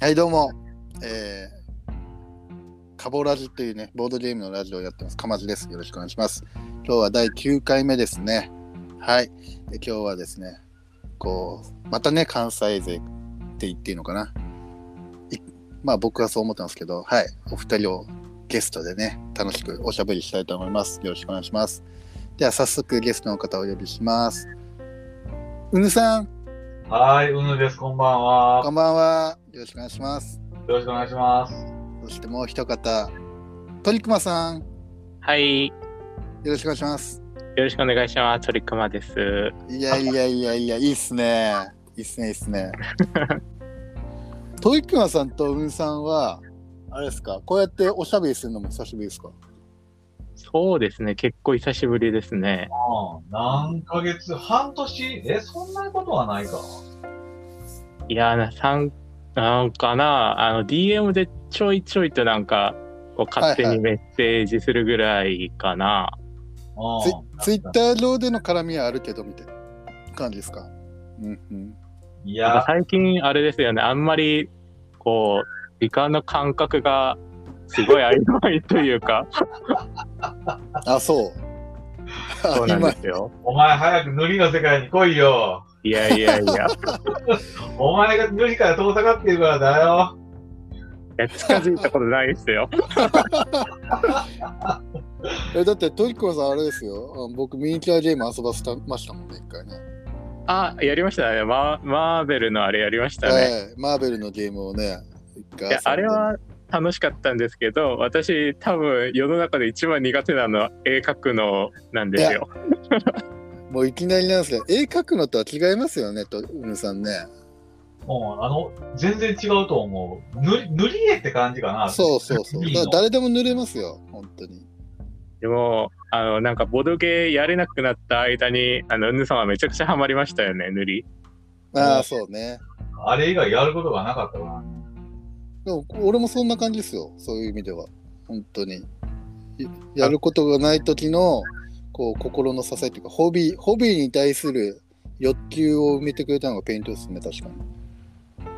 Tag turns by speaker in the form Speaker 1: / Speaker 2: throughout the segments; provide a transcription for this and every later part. Speaker 1: はい、どうも。えー、カボラジというね、ボードゲームのラジオをやってます。かまじです。よろしくお願いします。今日は第9回目ですね。はい。で今日はですね、こう、またね、関西勢って言っていいのかな。いまあ僕はそう思ってますけど、はい。お二人をゲストでね、楽しくおしゃべりしたいと思います。よろしくお願いします。では早速ゲストの方をお呼びします。うぬさん、
Speaker 2: はーい、うぬです、こんばんは。
Speaker 1: こんばんは。よろしくお願いします。
Speaker 2: よろしくお願いします。
Speaker 1: そしてもう一方、鳥熊さん、よ
Speaker 3: はい、よ
Speaker 1: ろしくお願いします。
Speaker 3: ろしくお願いします。鳥熊です。
Speaker 1: いやいやいやいや、いいっすね。いいっすね、いいっす ね。鳥熊さんとうんさんは、あれですか、こうやっておしゃべりするのも久しぶりですか
Speaker 3: そうですね、結構久しぶりですね。
Speaker 2: うん、何ヶ月半年え、そんなことはないか。
Speaker 3: いやーな、さん、なんかな、あの、DM でちょいちょいとなんか、こう勝手
Speaker 1: はい
Speaker 3: に
Speaker 1: は
Speaker 3: メッセージするぐらいかな。
Speaker 2: う
Speaker 1: ツイ
Speaker 2: ん、
Speaker 1: ツイッター上での絡みはあるけど、みたいな感じですか。うんうん、
Speaker 2: い
Speaker 3: なんか
Speaker 2: や、
Speaker 3: 最近あれですよね、あんまり、こう、時間の感覚がすごい曖昧とい うか、
Speaker 1: あ、そう。
Speaker 3: そうなん
Speaker 1: 今
Speaker 3: ですよ。
Speaker 2: お前早く塗りの世界に来いよ。
Speaker 3: いやいやいや。
Speaker 2: お前が塗りから遠ざかってるからだよ。
Speaker 3: いや近づいたことないで すよ。
Speaker 1: えだって鳥熊さん、あれですよ。あ僕、ミニチュアゲーム遊ばせたましたもんね、一回ね。
Speaker 3: あ、やりましたね。マーマーベルのあれやりましたね。
Speaker 1: はい、マーベルのゲームをね、一回
Speaker 3: いや
Speaker 1: 遊んで
Speaker 3: あれは楽しかったんですけど私多分世の中で一番苦手なのは絵描くのなんですよ。
Speaker 1: もういきなりなんですけど、絵描くのとは違いますよね、と、うぬさんね。
Speaker 2: もうん、あの、全然違うと思う。塗り、塗り絵って感じかな。
Speaker 1: そうそうそう。
Speaker 2: いい
Speaker 1: だ
Speaker 2: の
Speaker 1: から誰でも塗れますよ、本当に。
Speaker 3: でもあのなんかボドゲーやれなくなった間にあのぬさんはめちゃくちゃハマりましたよね塗り。
Speaker 1: あ
Speaker 2: う
Speaker 1: あ、
Speaker 2: ん
Speaker 1: そうね。
Speaker 2: あれ以外やることがなかったから。
Speaker 1: でも、俺もそんな感じですよ、そういう意味では。本当に。いやることがない時の、こう、心の支えというか、ホビー、ホビーに対する欲求を埋めてくれたのがペイントですね、確か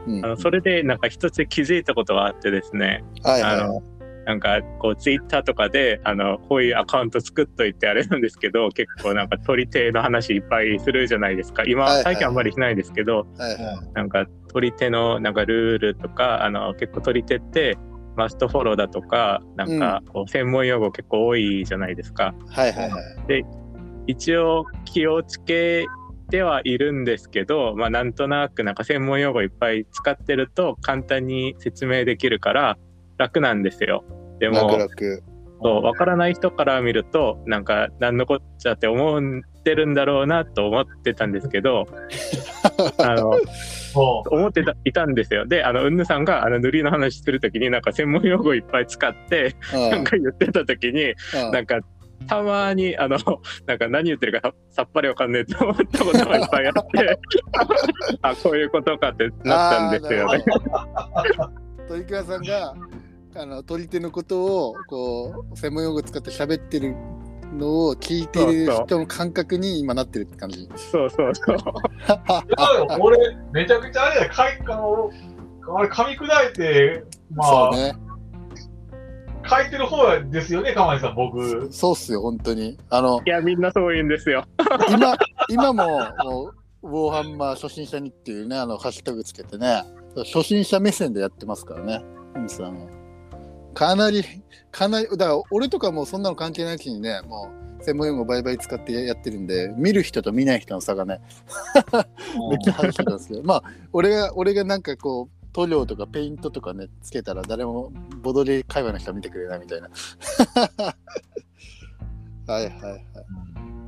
Speaker 1: に。うん。
Speaker 3: あのそれでなんか一つ気づいたことがあってですね
Speaker 1: はいはい
Speaker 3: あ
Speaker 1: はい
Speaker 3: のなんかこうツイッターとかであのこういうアカウント作っといてあれなんですけど結構なんか鳥手の話いっぱいするじゃないですか今
Speaker 1: はいはい
Speaker 3: 最近あんまりしないですけど
Speaker 1: はいはい。
Speaker 3: なんか取り手のなんかルールとかあの結構取り手ってマストフォローだとかなんかこう専門用語結構多いじゃないですか、
Speaker 1: はいはいはい。
Speaker 3: 一応気をつけてはいるんですけど、まあ、なんとなくなんか専門用語いっぱい使ってると簡単に説明できるから楽なんですよでも
Speaker 1: 楽々。
Speaker 3: そう分からない人から見るとなんか何のこっちゃって思ってるんだろうなと思ってたんですけ どあの
Speaker 2: そ
Speaker 3: 思ってたいたんですよ。で、あの、うんぬさんが、あの、塗りの話するときに、なんか専門用語いっぱい使って、
Speaker 1: うん
Speaker 3: なんか言ってたときに、
Speaker 1: うん
Speaker 3: なんか、たまに、あの、なんか何言ってるかささっぱりわかんねえと思ったことがいっぱい あって、あ、こういうことかってなったんですよね。
Speaker 1: あー。なるほど 鳥川さんがあの取り手のことをこう専門用語使って喋ってるのを聞いてる
Speaker 3: そうそう
Speaker 1: 人の感覚に今なってるって感じ。
Speaker 3: そうそうそ
Speaker 2: う。
Speaker 3: う。
Speaker 2: いやでも俺、めちゃくちゃあれだよ。かいあの、あれ噛み砕いて、まあ
Speaker 1: そう、ね。
Speaker 2: 書いてる方ですよね、かまじさん、僕。
Speaker 1: そうっすよ本当に。あの
Speaker 3: いや、みんなそう言うん ですよ。
Speaker 1: 今今ももうウォーハンマー初心者にっていうねあのハッシュタグつけてね初心者目線でやってますからね。うんさんはかなりかなりだから俺とかもうそんなの関係ないうちにねもう専門用語バイバイ使ってやってるんで見る人と見ない人の差がねめっちゃ話してたんですけど、まあ、俺が、俺がなんかこう、塗料とかペイントとかね、つけたら誰もボドリ会話の人は見てくれないみたいな。 はいはいはい。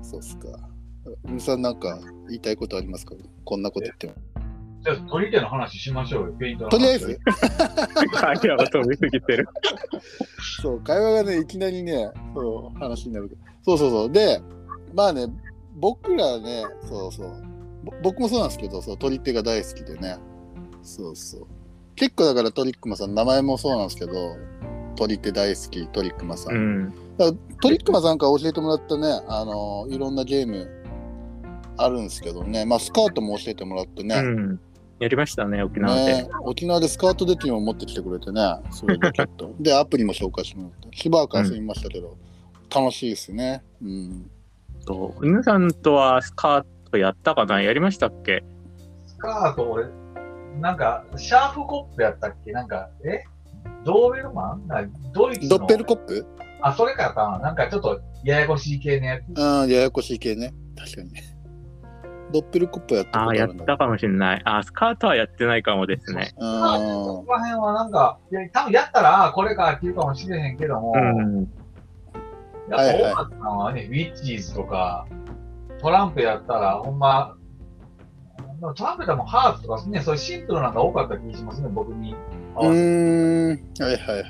Speaker 1: そうっすか。うんさんなんか言いたいことありますかこんなこと言っても。
Speaker 2: じゃあ、取り手の話しましょうよ、ペイントの
Speaker 1: と
Speaker 2: 話
Speaker 1: りあえず、
Speaker 3: 会話が飛びすぎてる。
Speaker 1: そう、会話がね、いきなりね、そう、話になるけど。そうそうそう。で、まあね、僕らね、そうそう。ぼ僕もそうなんですけど、そう、鳥手が大好きでね。そうそう。結構だからトリックマさん、名前もそうなんですけど、鳥手大好き、トリックマさん。
Speaker 3: うん。
Speaker 1: トリックマさんから教えてもらったね、あの、いろんなゲームあるんですけどね。まあ、スカートも教えてもらって
Speaker 3: う
Speaker 1: ね。
Speaker 3: ん。やりましたね、沖縄で。
Speaker 1: ね沖縄でスカートデッキも持ってきてくれてね、それでちょっ と。で、アプリも紹介してもらって、しばらく遊びましたけど、楽しいですね。うん。
Speaker 3: と皆さんとはスカートやったかなやりましたっけ
Speaker 2: スカート、俺、なんか、シャーフコップやったっけなんか、えドーベルマンなんかドイツ
Speaker 1: ド
Speaker 2: の。
Speaker 1: ッペルコップ
Speaker 2: あ、それかかななんかちょっとややこしい系のやつ。
Speaker 1: うん、ややこしい系ね。確かにね。ドッペルコップやった
Speaker 3: あ
Speaker 1: こと
Speaker 3: あ、
Speaker 1: あ
Speaker 3: や
Speaker 1: る
Speaker 3: っ
Speaker 1: んだ
Speaker 3: たかもしれない。あースカートはやってないかもですね。
Speaker 1: う
Speaker 2: まあ、そ
Speaker 1: ん。
Speaker 2: こら辺はなんか、いや多分やったら、あーこれかっていうかもしれへんけども、
Speaker 3: うん。
Speaker 2: やっぱ大松さんはね、ウィッチーズとか、トランプやったら、ほんま、でもトランプでもハーツとかね、そういうシンプルなんか多かった気がしますね、僕に。
Speaker 1: うーん。はいはいはいはい。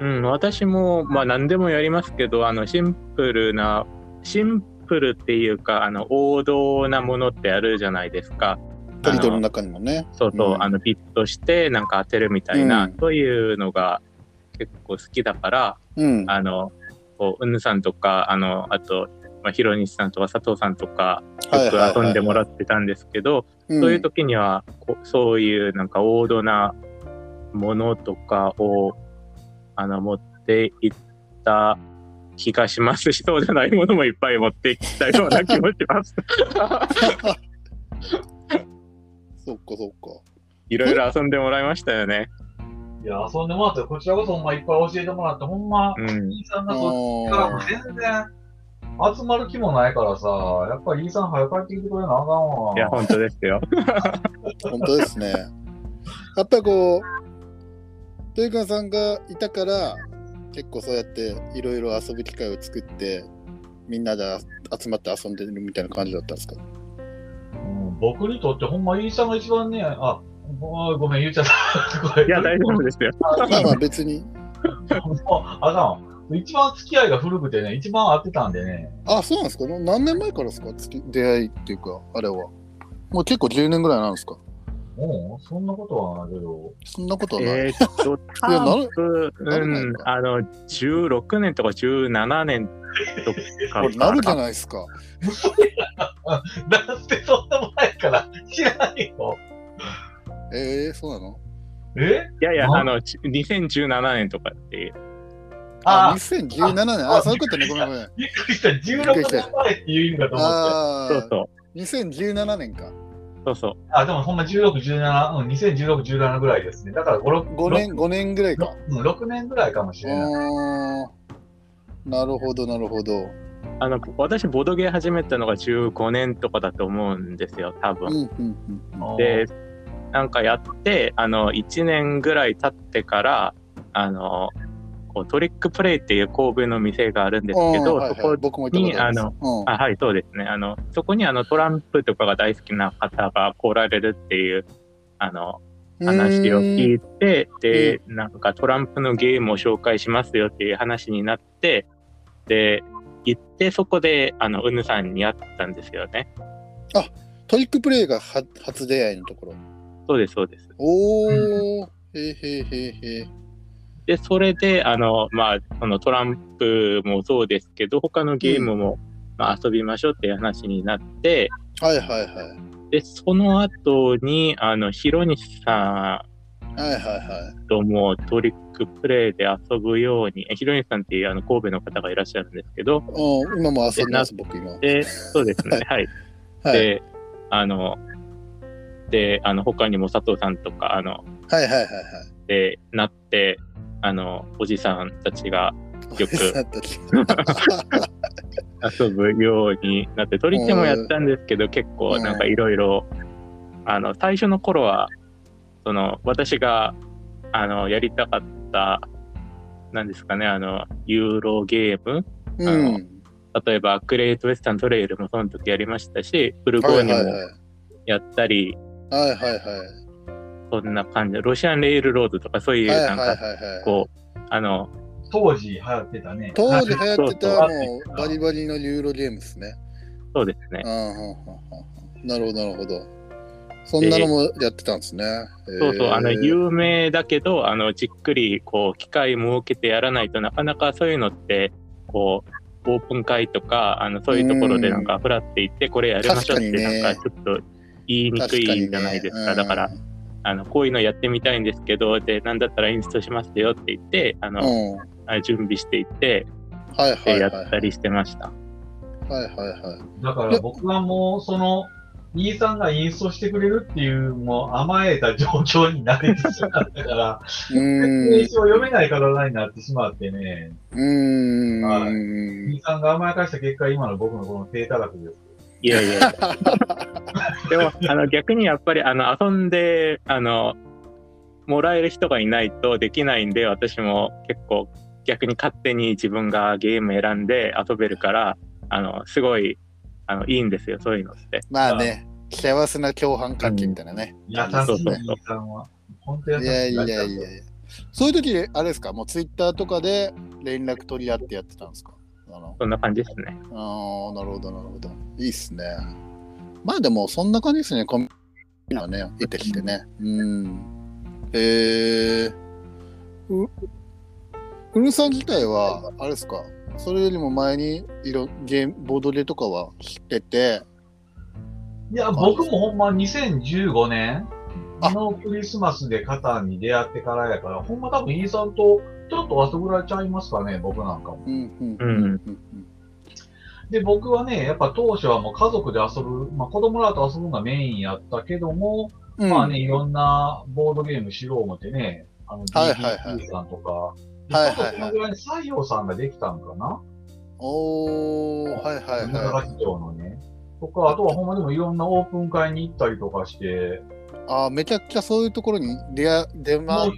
Speaker 3: うん、私も、まあ、何でもやりますけど、あの、シンプルな、シンプルっていうか、あの、王道なものってあるじゃないですか。
Speaker 1: トリトルの中にもね。
Speaker 3: そうそう、
Speaker 1: うん
Speaker 3: あの、ビットして、なんか当てるみたいな、
Speaker 1: うん
Speaker 3: というのが結構好きだから、
Speaker 1: うん。は
Speaker 3: あの、こう、うぬさんとか、あの、あと、まあ、ひろにしさんとか佐藤さんとか、よく遊んでもら
Speaker 1: っ
Speaker 3: ってたんですけど、
Speaker 1: て、ん
Speaker 3: そういう時にはこうそういうなんか王道なものとかをあの持っていった気がしますしそうじゃないものもいっぱい持っていったような気もします
Speaker 1: そっかそっか。
Speaker 3: いろいろ遊んでもらいましたよね
Speaker 2: いや、遊んでもらって、こちらこそほんまいっぱい教えてもらって、ほんま、
Speaker 3: うん
Speaker 2: イーさん
Speaker 1: あ
Speaker 2: がそっちからも全然集まる気もないからさ、やっぱりイーさん早く帰ってきてくれなあかんわ。
Speaker 3: いや本当ですよ
Speaker 1: ー本当ですね。やっぱりこう、トイカンさんがいたから、結構そうやっていろいろ遊ぶ機会を作って、みんなで集まって遊んでるみたいな感じだったんですか
Speaker 2: うん僕にとってほんまイーさんが一番ね、あ、ごごめん、言っちゃった。これ
Speaker 3: いや大丈夫ですよ
Speaker 1: まあまあ別に。
Speaker 2: もうあかんわ。一番付き合いが古くてね、一番合ってたんでね。
Speaker 1: あ、そうなんですか何年前からですか付き出会いっていうか、あれは。もう結構10年ぐらいなんですか
Speaker 2: もう、そんなことはないけど。
Speaker 1: そんなことはない。
Speaker 3: えーっとタ
Speaker 1: いやな
Speaker 3: ープ
Speaker 1: なる
Speaker 3: うんあの16年とか17年とか
Speaker 1: こ れなるじゃないですか。
Speaker 2: だってそんなもんないから、知らないよ。
Speaker 1: えー、そうなの
Speaker 2: え
Speaker 3: いやいや
Speaker 2: な
Speaker 3: あのち2017年とかっていう
Speaker 1: あ
Speaker 2: あ、
Speaker 1: 2017年。あ、そういうことね。ごめんごめん。
Speaker 2: びっくりした。16年前っていう意味だと思っ
Speaker 1: あ
Speaker 2: て。
Speaker 3: そう
Speaker 1: あ、
Speaker 3: そう
Speaker 1: 2017年か。
Speaker 3: そうそう
Speaker 2: あ、でもほんま16、17、うん、2016、17ぐらいですね。だから5、6
Speaker 1: 5。年、五年ぐらいか。
Speaker 2: 6, 6年ぐらいかもし
Speaker 1: う
Speaker 2: れない。
Speaker 1: ーん。なるほど、なるほど。
Speaker 3: あの私ボドゲー始めたのが15年とかだと思うんですよ多
Speaker 1: う
Speaker 3: 分。
Speaker 1: ん、うん、
Speaker 3: でなんかやってあの1年ぐらい経ってからあのこうトリックプレイっていう神戸の店があるんですけど、
Speaker 1: うんはいはい
Speaker 3: そこ
Speaker 1: 僕も行ったことあります
Speaker 3: にあはいそうですねあのそこにあのトランプとかが大好きな方が来られるっていうあの
Speaker 1: うん。
Speaker 3: 話を聞
Speaker 1: い
Speaker 3: いてでなんかトランプのゲームを紹介しますよっていう話になってで行ってそこであのうぬさんに会ったんですよね
Speaker 1: トリックプレイがは初出会いのところ。
Speaker 3: そうですそうです
Speaker 1: おー。へーへーへーへー
Speaker 3: でそれであのまあそのトランプもそうですけど他のゲームも、まあ、遊びましょうっていう話になって
Speaker 1: はいはいはい。
Speaker 3: でその後にあのひろにしさ
Speaker 1: はいはいはい。
Speaker 3: んともトリックプレイで遊ぶようにえひろにしさんっていうあの神戸の方がいらっしゃるんですけど
Speaker 1: うん、今も遊んでます、僕今。
Speaker 3: でそうです ねはい
Speaker 1: はい、
Speaker 3: で、あの、で、あの、他にも佐藤さんとか、あの、
Speaker 1: はいはいはいはい。
Speaker 3: で、なって、あの、おじさんたちがよく
Speaker 1: だったっけ
Speaker 3: 遊ぶようになって、取り手もやったんですけど、結構なんかいろいろ、あの、最初の頃は、その、私が、あの、やりたかった、なんですかね、あの、ユーロゲーム
Speaker 1: うん。
Speaker 3: 例えば、グレートウェスタントレイルもその時やりましたし、フルゴー
Speaker 1: はい
Speaker 3: ニ
Speaker 1: はい
Speaker 3: ュ
Speaker 1: は
Speaker 3: も
Speaker 1: い。
Speaker 3: やったり、
Speaker 1: はいはいはい。
Speaker 3: そんな感じで、ロシアンレールロードとかそういう、
Speaker 1: はい
Speaker 3: な
Speaker 1: は
Speaker 3: ん
Speaker 1: い
Speaker 3: か
Speaker 1: はいはい。
Speaker 3: こう、あの、
Speaker 2: 当時流行ってたね。
Speaker 1: 当時流行って
Speaker 3: そ
Speaker 1: た
Speaker 3: う
Speaker 1: もうバリバリのユーロゲームですね。
Speaker 3: そうですね
Speaker 1: う。んうんうんうんなるほどなるほど。そんなのもやってたんですね。
Speaker 3: そうそう、あの、
Speaker 1: ユー
Speaker 3: 有名だけど、あの、じっくり、こう、機会設けてやらないとなかなかそういうのって、こう、オープン会とか、あの、そういうところでなんか、ふらっていって、これやりましょうって、
Speaker 1: 確かにね
Speaker 3: なんか、ちょっと言いにくいじゃないですか。だから、
Speaker 1: うん
Speaker 3: あのこういうのやってみたいんですけどで何だったらインストしますよって言ってあの、
Speaker 1: うん。は
Speaker 3: あ準備していって、
Speaker 1: いは
Speaker 3: で
Speaker 1: い
Speaker 3: や
Speaker 1: は
Speaker 3: っ
Speaker 1: い。
Speaker 3: たりしてました。
Speaker 1: はいはいはい。
Speaker 2: だから僕はもう、その、E さんがインストしてくれるっていう、もう甘えた状況になりつつあったから、
Speaker 1: うー
Speaker 2: 名
Speaker 1: ん。
Speaker 2: 詞を読めない体になってしまってね、
Speaker 1: う
Speaker 2: は
Speaker 1: ーん。
Speaker 2: E さんが甘やかした結果、今の僕のこの低価格です。
Speaker 3: いやいやい やでもあの逆にやっぱりあの遊んであのもらえる人がいないとできないんで私も結構逆に勝手に自分がゲーム選んで遊べるからあのすごいあのいいんですよそういうのって。
Speaker 1: まあね、幸せな共犯関係みたいなね。
Speaker 2: 優し
Speaker 3: そう
Speaker 2: い
Speaker 3: そうそう
Speaker 2: E さんは。本当
Speaker 1: い
Speaker 2: 優しい。
Speaker 1: やいやいやいや。そういう時あれですか、もうツイッターとかで連絡取り合ってやってたんですかあの
Speaker 3: そんな感じですね。
Speaker 1: ああ、なるほど、なるほど。いいっすね。まあでも、そんな感じですね、コンビニはね、出てきてね。うん。えー、う、うるさん自体は、あれですか、それよりも前にいろゲーム、ボードゲーとかは知ってて、
Speaker 2: いや、僕もほんま2015年のクリスマスでカタンに出会ってからやから、ほんま多分イーさんとちょっと遊ぶられちゃいますかね、僕なんかも。
Speaker 1: うん、うん、
Speaker 3: う
Speaker 1: うんん、うん。
Speaker 2: で、僕はね、やっぱ当初はもう家族で遊ぶ、まあ子供らと遊ぶのがメインやったけども、
Speaker 1: うん、
Speaker 2: まあね、いろんなボードゲームしよう思ってね、あの、
Speaker 1: はいはいはい
Speaker 2: DDT さんとか、
Speaker 1: はい
Speaker 2: ちょっ
Speaker 1: はいはい
Speaker 2: とこのぐらいに西洋さんができたんかな
Speaker 1: おー、はいはい
Speaker 2: 稲
Speaker 1: は
Speaker 2: 垣町のね。とか、あとはほんまでもいろんなオープン会に行ったりとかして、
Speaker 1: い。ああ、めちゃくちゃそういうところに出会、出ま
Speaker 2: も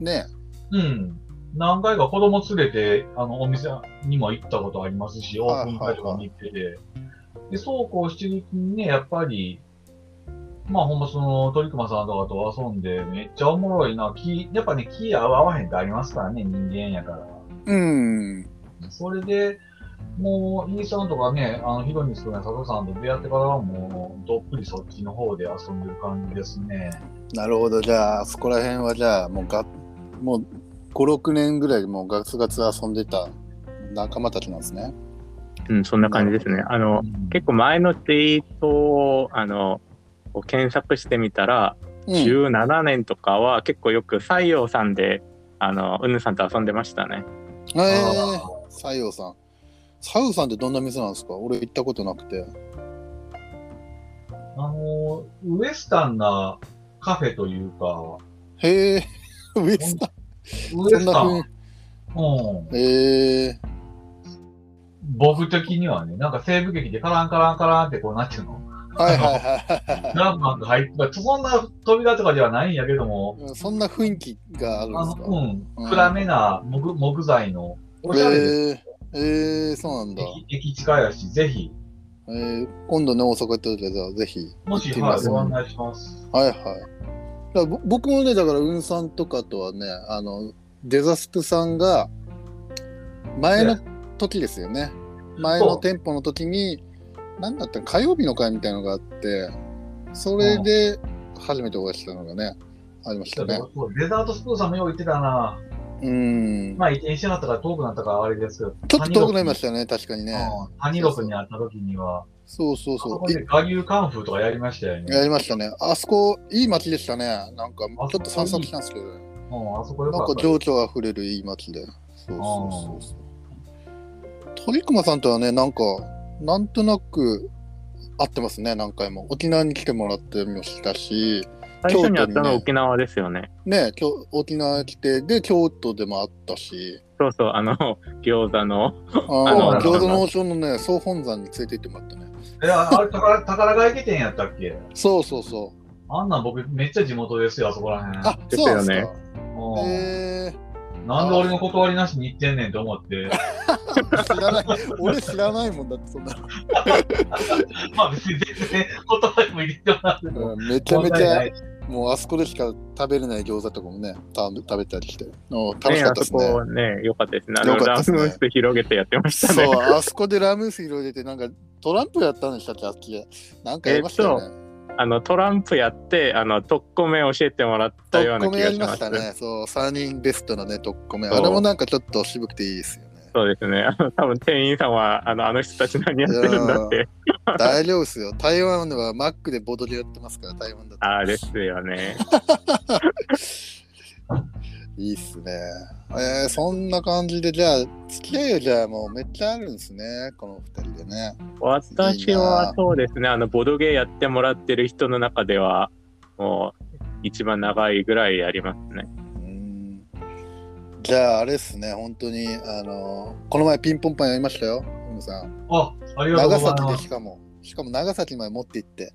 Speaker 2: う、
Speaker 1: ね。
Speaker 2: うん。何回か子供連れて、あの、お店にも行ったことありますし、オ
Speaker 1: は
Speaker 2: ー
Speaker 1: いはい
Speaker 2: プン会とかも行ってて。で、そうこうしてるうちにね、やっぱり、まあほんまその、鳥熊さんとかと遊んで、めっちゃおもろいな。気、やっぱね、気合わへんってありますからね、人間やから。
Speaker 1: うん。
Speaker 2: それで、もう、イーさんとかね、あの、ヒロミス君や佐藤さんと出会ってからはもう、どっぷりそっちの方で遊んでる感じですね。
Speaker 1: なるほど、じゃあ、そこら辺はじゃあ、もうが、もう5、6年ぐらいでもうガツガツ遊んでた仲間たちなんですね。
Speaker 3: うん、そんな感じですね。あの
Speaker 2: うん
Speaker 3: 結構前のツイートをあのこう検索してみたら、
Speaker 1: うん、
Speaker 3: 17年とかは結構よく西洋さんであのうぬさんと遊んでましたね
Speaker 1: えー
Speaker 2: あ、
Speaker 1: 西洋さん。西洋さんってどんな店なんですか俺行ったことなくて。
Speaker 2: あの、ウエスタンなカフェというか、
Speaker 1: へえ、 ウエスタ
Speaker 2: ウ
Speaker 1: ン、そ
Speaker 2: エ
Speaker 1: ん
Speaker 2: ス
Speaker 1: な
Speaker 2: タン、
Speaker 1: 風
Speaker 2: う
Speaker 1: に
Speaker 2: ん、。
Speaker 1: へえ、
Speaker 2: 僕的にはね、なんか西部劇でカランカランカランってこうなってるの、
Speaker 1: はいはいはいは
Speaker 2: ランマンが入って、そんな扉とかではないんやけども、
Speaker 1: い。そんな雰囲気があるん
Speaker 2: あ
Speaker 1: ですか
Speaker 2: の、う
Speaker 1: うん
Speaker 2: ん、暗めな木木材の、おしゃれで
Speaker 1: へ
Speaker 2: す。
Speaker 1: え、えー、そうなんだ。
Speaker 2: 駅駅近いやし、ぜひ、
Speaker 1: えー、今度ね、大阪行った時は、じゃあ、ぜひ行
Speaker 2: も
Speaker 1: っ
Speaker 2: し、
Speaker 1: てみ
Speaker 2: は
Speaker 1: ま
Speaker 2: い、
Speaker 1: す、
Speaker 2: ご案内します。
Speaker 1: はいはい。だからぼ僕もね、だから、うんさんとかとはね、あの、デザスプさんが、前の時ですよね。前の店舗の時に、なんだったの火曜日の会みたいなのがあって、それで初めてお会いしたのがね、ありましたね。
Speaker 2: そうデザートスプーンさんもよう言ってたな。
Speaker 1: うん。
Speaker 2: まあ、移転してなかったから遠くなったからあれですけど。
Speaker 1: ちょっと遠くなりましたたよね、確かにね。
Speaker 2: 谷六にあった時には、
Speaker 1: そうそう
Speaker 2: あそ
Speaker 1: そ
Speaker 2: こ
Speaker 1: う。
Speaker 2: で我流カンフーとかやりましたよ
Speaker 1: いや
Speaker 2: ね。
Speaker 1: りましたね。あそこ、いい街でしたね。なんか、ちょっと散策したんですけど、ね。
Speaker 2: もうあそこよ
Speaker 1: な
Speaker 2: か
Speaker 1: ん
Speaker 2: っ
Speaker 1: か
Speaker 2: たです。
Speaker 1: 情緒あふれるいい街で。そうそうそうそう。鳥熊さんとはね、なんか、なんとなく会ってますね、何回も。沖縄に来てもらってましたし、
Speaker 3: 最初にやっ
Speaker 1: 京
Speaker 3: た
Speaker 1: 都にね
Speaker 3: の沖縄ですよね
Speaker 1: ね、きょ沖縄来て、で、京都でも会ったし、
Speaker 3: そうそう あの餃子の
Speaker 1: あー
Speaker 2: の
Speaker 1: 餃子の王将のね、総本山に連れて行ってもらったね。
Speaker 2: え、ああれ宝、宝が池店やったっけ
Speaker 1: そうそうそう。
Speaker 2: あんなん僕めっちゃ地元ですよ、あそこらへん。
Speaker 1: あ、そうなんですか。
Speaker 2: もう
Speaker 1: え
Speaker 2: なんで俺の断りなしに行ってんねんと思 って。
Speaker 1: ー、知らない。俺知らないもんだって、そんな。
Speaker 2: まあ別に全然断りも入れてもらっても。
Speaker 1: うんめちゃ
Speaker 2: 問
Speaker 1: め
Speaker 2: 題
Speaker 1: ちゃ
Speaker 2: な。いし
Speaker 1: もうあそこでしか食べれない餃子とかもね、た食べたりして、うん楽し
Speaker 3: ね
Speaker 1: かった
Speaker 3: あ
Speaker 1: です
Speaker 3: そ
Speaker 1: ね。
Speaker 3: こね良かったですねあの
Speaker 1: 良かった
Speaker 3: ラ
Speaker 1: で
Speaker 3: ム
Speaker 1: すね
Speaker 3: 室広げてやってました
Speaker 1: そ
Speaker 3: ね
Speaker 1: う、あそこでラムース広げて、なんかトランプやったんでしたっけ、あっちで。なんかやりましたよね。
Speaker 3: あのトランプやってあの特攻目教えてもらっ
Speaker 1: と
Speaker 3: た
Speaker 1: っ
Speaker 3: ような
Speaker 1: こ
Speaker 3: 気
Speaker 1: めや
Speaker 3: が
Speaker 1: り
Speaker 3: し
Speaker 1: ま
Speaker 3: ま
Speaker 1: し
Speaker 3: す
Speaker 1: たね。そう、3人ベストのね、とっこめ。
Speaker 3: そう
Speaker 1: あれもなんかちょっと渋くていいですよね。
Speaker 3: そうですね。あの多分店員さんはあのあの人たち何やってるんだっ
Speaker 1: い
Speaker 3: て。
Speaker 1: 大丈夫ですよ。台湾ではマックでボードゲームやってますから、台湾だと。
Speaker 3: ああですよね。
Speaker 1: いいっすね。えー、そんな感じで、じゃあ、付き合いはじゃあもうめっちゃあるんですね、この二人でね。
Speaker 3: 私はそうですね。あのボドゲーやってもらってる人の中ではもう一番長いぐらいやりますね。
Speaker 1: うーん。じゃあ、あれっすね、本当に、あのこの前ピンポンパンやりましたよ、ふむさん。
Speaker 2: あ、ありがとうご
Speaker 1: 長
Speaker 2: ざ
Speaker 1: 崎で
Speaker 2: いま。
Speaker 1: すしかも、しかも長崎まで持って行って、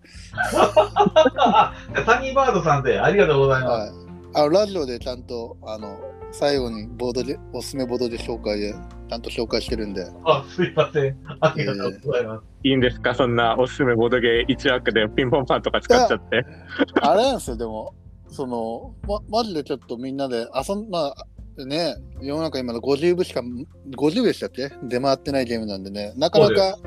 Speaker 2: サニーバードさんでありがとうございます。
Speaker 1: はい。あのラジオでちゃんと、あの、最後にボードで、おすすめボードで紹介で、ちゃんと紹介してるんで、
Speaker 2: あ、すいません。ありがとうございます。
Speaker 3: いいんですかそんなおすすめボドゲー1枠でピンポンパンとか使っちゃって。
Speaker 1: あれなんですよ、でも、その、ま、マジでちょっとみんなで、遊ん、まあ、ね、世の中今の50部しか、50でしたっけ出回ってないゲームなんでね、なかなか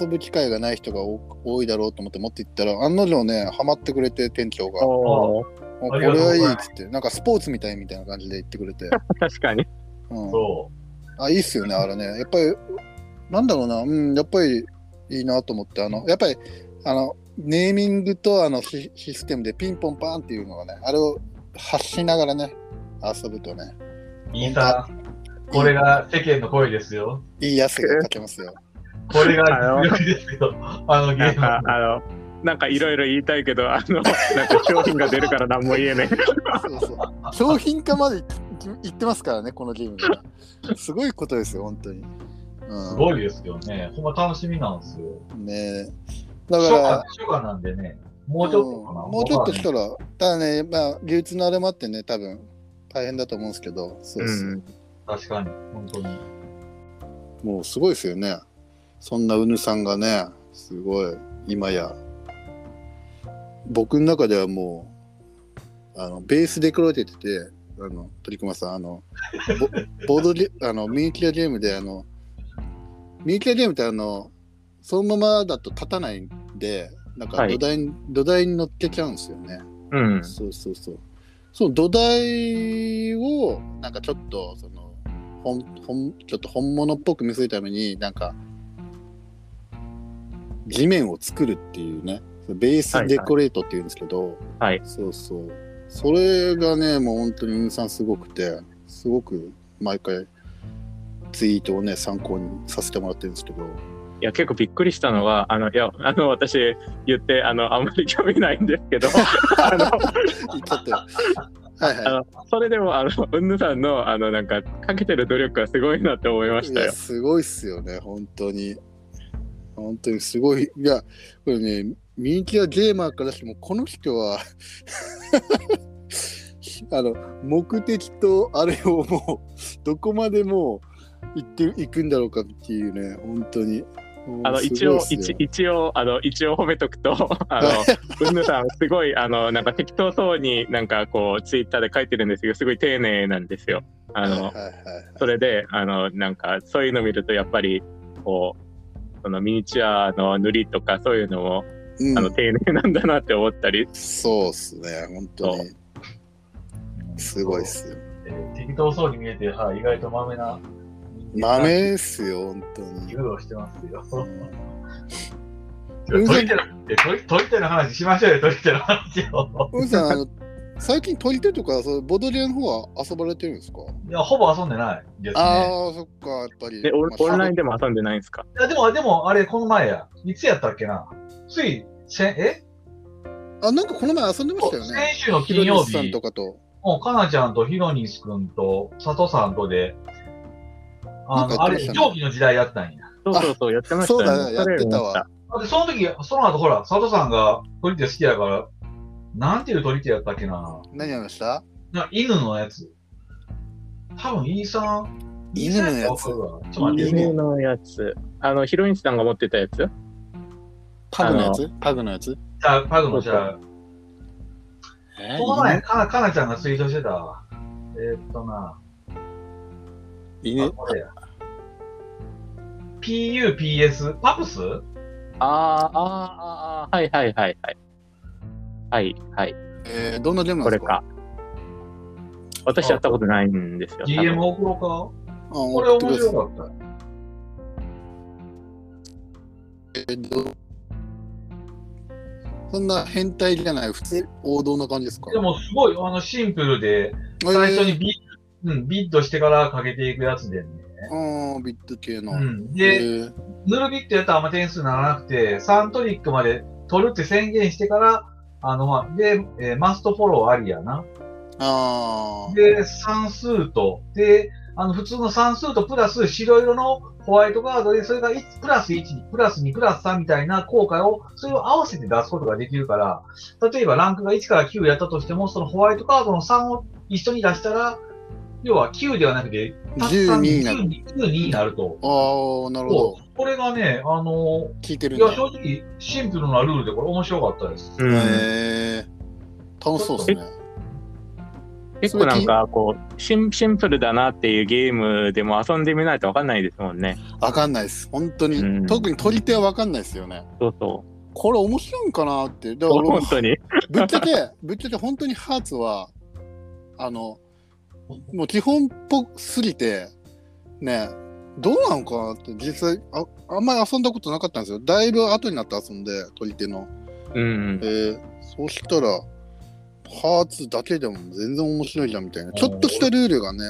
Speaker 1: 遊ぶ機会がない人が多多いだろうと思って持って行ったら、案の定ね、ハマってくれて、店長が、も
Speaker 3: おお
Speaker 1: う
Speaker 2: あ
Speaker 1: こ
Speaker 2: りがと
Speaker 1: れ
Speaker 2: うご
Speaker 1: は
Speaker 2: ざ
Speaker 1: い
Speaker 2: い
Speaker 1: い
Speaker 2: ます
Speaker 1: っつって、なんかスポーツみたいみたいな感じで言ってくれて、
Speaker 3: 確かに。
Speaker 1: うん、
Speaker 2: そ
Speaker 1: あいいっすよね、あれね。やっぱり、なんだろうな、うん、やっぱりいいなと思って、あの、やっぱり、あの、ネーミングとあのシシステムでピンポンパーンっていうのがね、あれを発しながらね、遊ぶとね、
Speaker 2: う。いいさ、これが世間の声ですよ。
Speaker 1: いい安が書けますよ。
Speaker 2: これが実力ですよ。あのゲー
Speaker 3: なん
Speaker 2: ム
Speaker 3: か。あのなんかいろいろ言いたいけどあの なんか商品が出るから何も言えねえ。
Speaker 1: そうそう。商品化までいいってますからね、このゲームが。すごいことですよ、本当に。
Speaker 2: す
Speaker 1: う
Speaker 2: ごいですよね。ほんま楽しみなんですよ。
Speaker 1: ん。ねえだ
Speaker 2: 初
Speaker 1: から
Speaker 2: 夏、、初夏なんでね、もうちょっとかな。
Speaker 1: うんもうちょっとし
Speaker 2: した
Speaker 1: たら、ただね、まあ、流通のあれもあってね、多分大変だと思うんですけど、そう
Speaker 3: う
Speaker 1: です、
Speaker 3: ん。
Speaker 2: 確かに、本当に。
Speaker 1: もうすごいですよね。そんなうぬさんがね、すごい、今や、僕の中ではもう、あのベースでくれてて、あの鳥熊さん、あの、 ボボードゲあのミニキュアゲームで、あの、ミニキュアゲームって、あの、そのままだと立たないんで、なんか土台に、土台に乗っけちゃうんですよね。
Speaker 3: うん。
Speaker 1: そうそうそう。その土台を、なんかちょっと、その、本、本、ちょっと本物っぽく見せるために、なんか、地面を作るっていうね、ベースデコレートっていうんですけど、
Speaker 3: はい
Speaker 1: そうそう。それがね、もう本当にうんさんすごくて、すごく毎回、ツイートをね、参考にさせてもらってるん ですけど、
Speaker 3: いや結構びっくりしたのがあのいやあの私言ってあのあんまり興味ないんです けどあの
Speaker 1: 言っちゃったよ。はいはい。
Speaker 3: あそれでもあのうんぬさんのあのなんかかけてる努力がすごいなって思いまし
Speaker 1: い
Speaker 3: た
Speaker 1: や
Speaker 3: よ。
Speaker 1: すごいっすよね、本当に。本当にすごい。いや、これね、ミニキュアゲーマーからしても、この人は、あの、目的とあれをもう、どこまでもう行っていくんだろうかっていうね、本当に。
Speaker 3: あ
Speaker 1: もう
Speaker 3: の
Speaker 1: す
Speaker 3: 一
Speaker 1: ごい
Speaker 3: 応
Speaker 1: っすよ
Speaker 3: 一一応あの一応褒めとくと あのうんぬさんすごいあのなんか適当そうになんかこうツイッターで書いてるんですけどすごい丁寧なんですよ。あの
Speaker 1: はいはいはい
Speaker 3: それであのなんかそういうの見るとやっぱりこうそのミニチュアの塗りとかそういうのも、
Speaker 1: うん
Speaker 3: あの丁寧なんだなって思ったり
Speaker 1: そうっすね、本当に。すごいっすよ。
Speaker 2: えー適当そうに見えて、はい、意外と豆な。
Speaker 1: 豆っすよ、本当に
Speaker 2: い。ろいろしてますよ。
Speaker 1: うん
Speaker 2: トリテラ、えトリトリテラの話しましょうよ、トリテラの話を。
Speaker 1: うんさん、あの、最近取り手とか、そうボドリアの方は遊ばれてるんですか
Speaker 2: いや、ほぼ遊んでないですね。
Speaker 1: ああ、そっか、やっぱり。
Speaker 3: でオン
Speaker 1: まあ
Speaker 3: オンラインでも遊んでないんですか
Speaker 2: いや、でも、でも、あれ、この前や。いつやったっけな。つい、せんえ
Speaker 1: あ、なんかこの前遊んでましたよね。
Speaker 2: 先週の
Speaker 1: ひ
Speaker 2: 金
Speaker 1: ろ
Speaker 2: 曜
Speaker 1: にしさん
Speaker 2: 日
Speaker 1: と、かと。
Speaker 2: もう、かなちゃんとひろにすくんと、佐藤さんとで、あ
Speaker 1: なん
Speaker 2: の、
Speaker 1: か
Speaker 2: あ
Speaker 1: やっ
Speaker 2: れ、
Speaker 1: てましたね
Speaker 2: 上記の時代やったんや。
Speaker 3: そうそうそうやってました
Speaker 1: そうだね
Speaker 3: れ
Speaker 1: やってたわ
Speaker 3: 思っ
Speaker 2: で、その時、その後、ほら、佐藤さんがトリテ好きやから、なんていうトリテやったっけな。
Speaker 1: 何やりました
Speaker 2: な犬のやつ。多分、イーさん。
Speaker 1: 犬のやつ
Speaker 2: イーさんわかるわちょっと待ってね
Speaker 3: 犬。のやつあのヒロインさんが持ってたやつ
Speaker 1: パグのやつパグのやつ
Speaker 2: じゃあ、パグのじゃあ、
Speaker 1: え
Speaker 2: この前、かな、かなちゃんがツイートしてた。えーっとな、
Speaker 1: 犬
Speaker 2: あ
Speaker 1: 犬
Speaker 2: これや。PUPS? パプス
Speaker 3: あーあーあーあーはいはいはいはいはいはい
Speaker 1: えー、どんなゲームな
Speaker 3: こ
Speaker 1: んで
Speaker 3: れ
Speaker 1: すか
Speaker 3: か私やったことないんですよ多分
Speaker 2: ?GM 送ろう
Speaker 1: あ送
Speaker 2: これ
Speaker 1: ってく
Speaker 2: 面
Speaker 1: ださい
Speaker 2: 白かっ
Speaker 1: けどそんな変態じゃない普通王道な感じですか
Speaker 2: た。でも、すごい、あの、シンプルで、最初にビッ,、うん、ビットしてからかけていくやつでね。
Speaker 1: えーあービット系の、
Speaker 2: うん。
Speaker 1: え
Speaker 2: で、
Speaker 1: ー
Speaker 2: ヌルビットやったらあんま点数にならなくて、3トリックまで取るって宣言してから、あの、まあ、で、えーマストフォローありやな。
Speaker 1: あー
Speaker 2: で、算数と、で、あの、普通の算数とプラス白色のホワイトカードで、それが1、プラス1、プラス2、プラス3みたいな効果を、それを合わせて出すことができるから、例えばランクが1から9やったとしても、そのホワイトカードの3を一緒に出したら、要は9ではなくて、たった
Speaker 1: 12になる
Speaker 2: 12になると。
Speaker 1: あーなるほど
Speaker 2: これがね、あの
Speaker 1: 聞いてる
Speaker 2: い
Speaker 1: んだ
Speaker 2: や、正直、シンプルなルールでこれ面白かったです。
Speaker 3: うん
Speaker 1: えー、楽しそうですね
Speaker 3: 結構なんかこうシンシンプルだなっていうゲームでも遊んでみないと分かんないですもんね。
Speaker 1: わかんないです本当に、
Speaker 3: うん
Speaker 1: 特に取り手はわかんないですよね
Speaker 3: そうそ
Speaker 1: これ面白いんかなってだ
Speaker 3: う。
Speaker 1: から俺も
Speaker 3: 本当に。
Speaker 1: ぶっちゃ け、ぶっちゃけ本当にハーツは、あの、もう基本っぽすぎて、ね、どうなのかなって実際あ、あんまり遊んだことなかったんですよ。だいぶ後になって遊んで、取り手の。
Speaker 3: うん
Speaker 1: え。ー、そうしたら、ハーツだけでも全然面白いじゃんみたいな。ちょっとしたルールがね、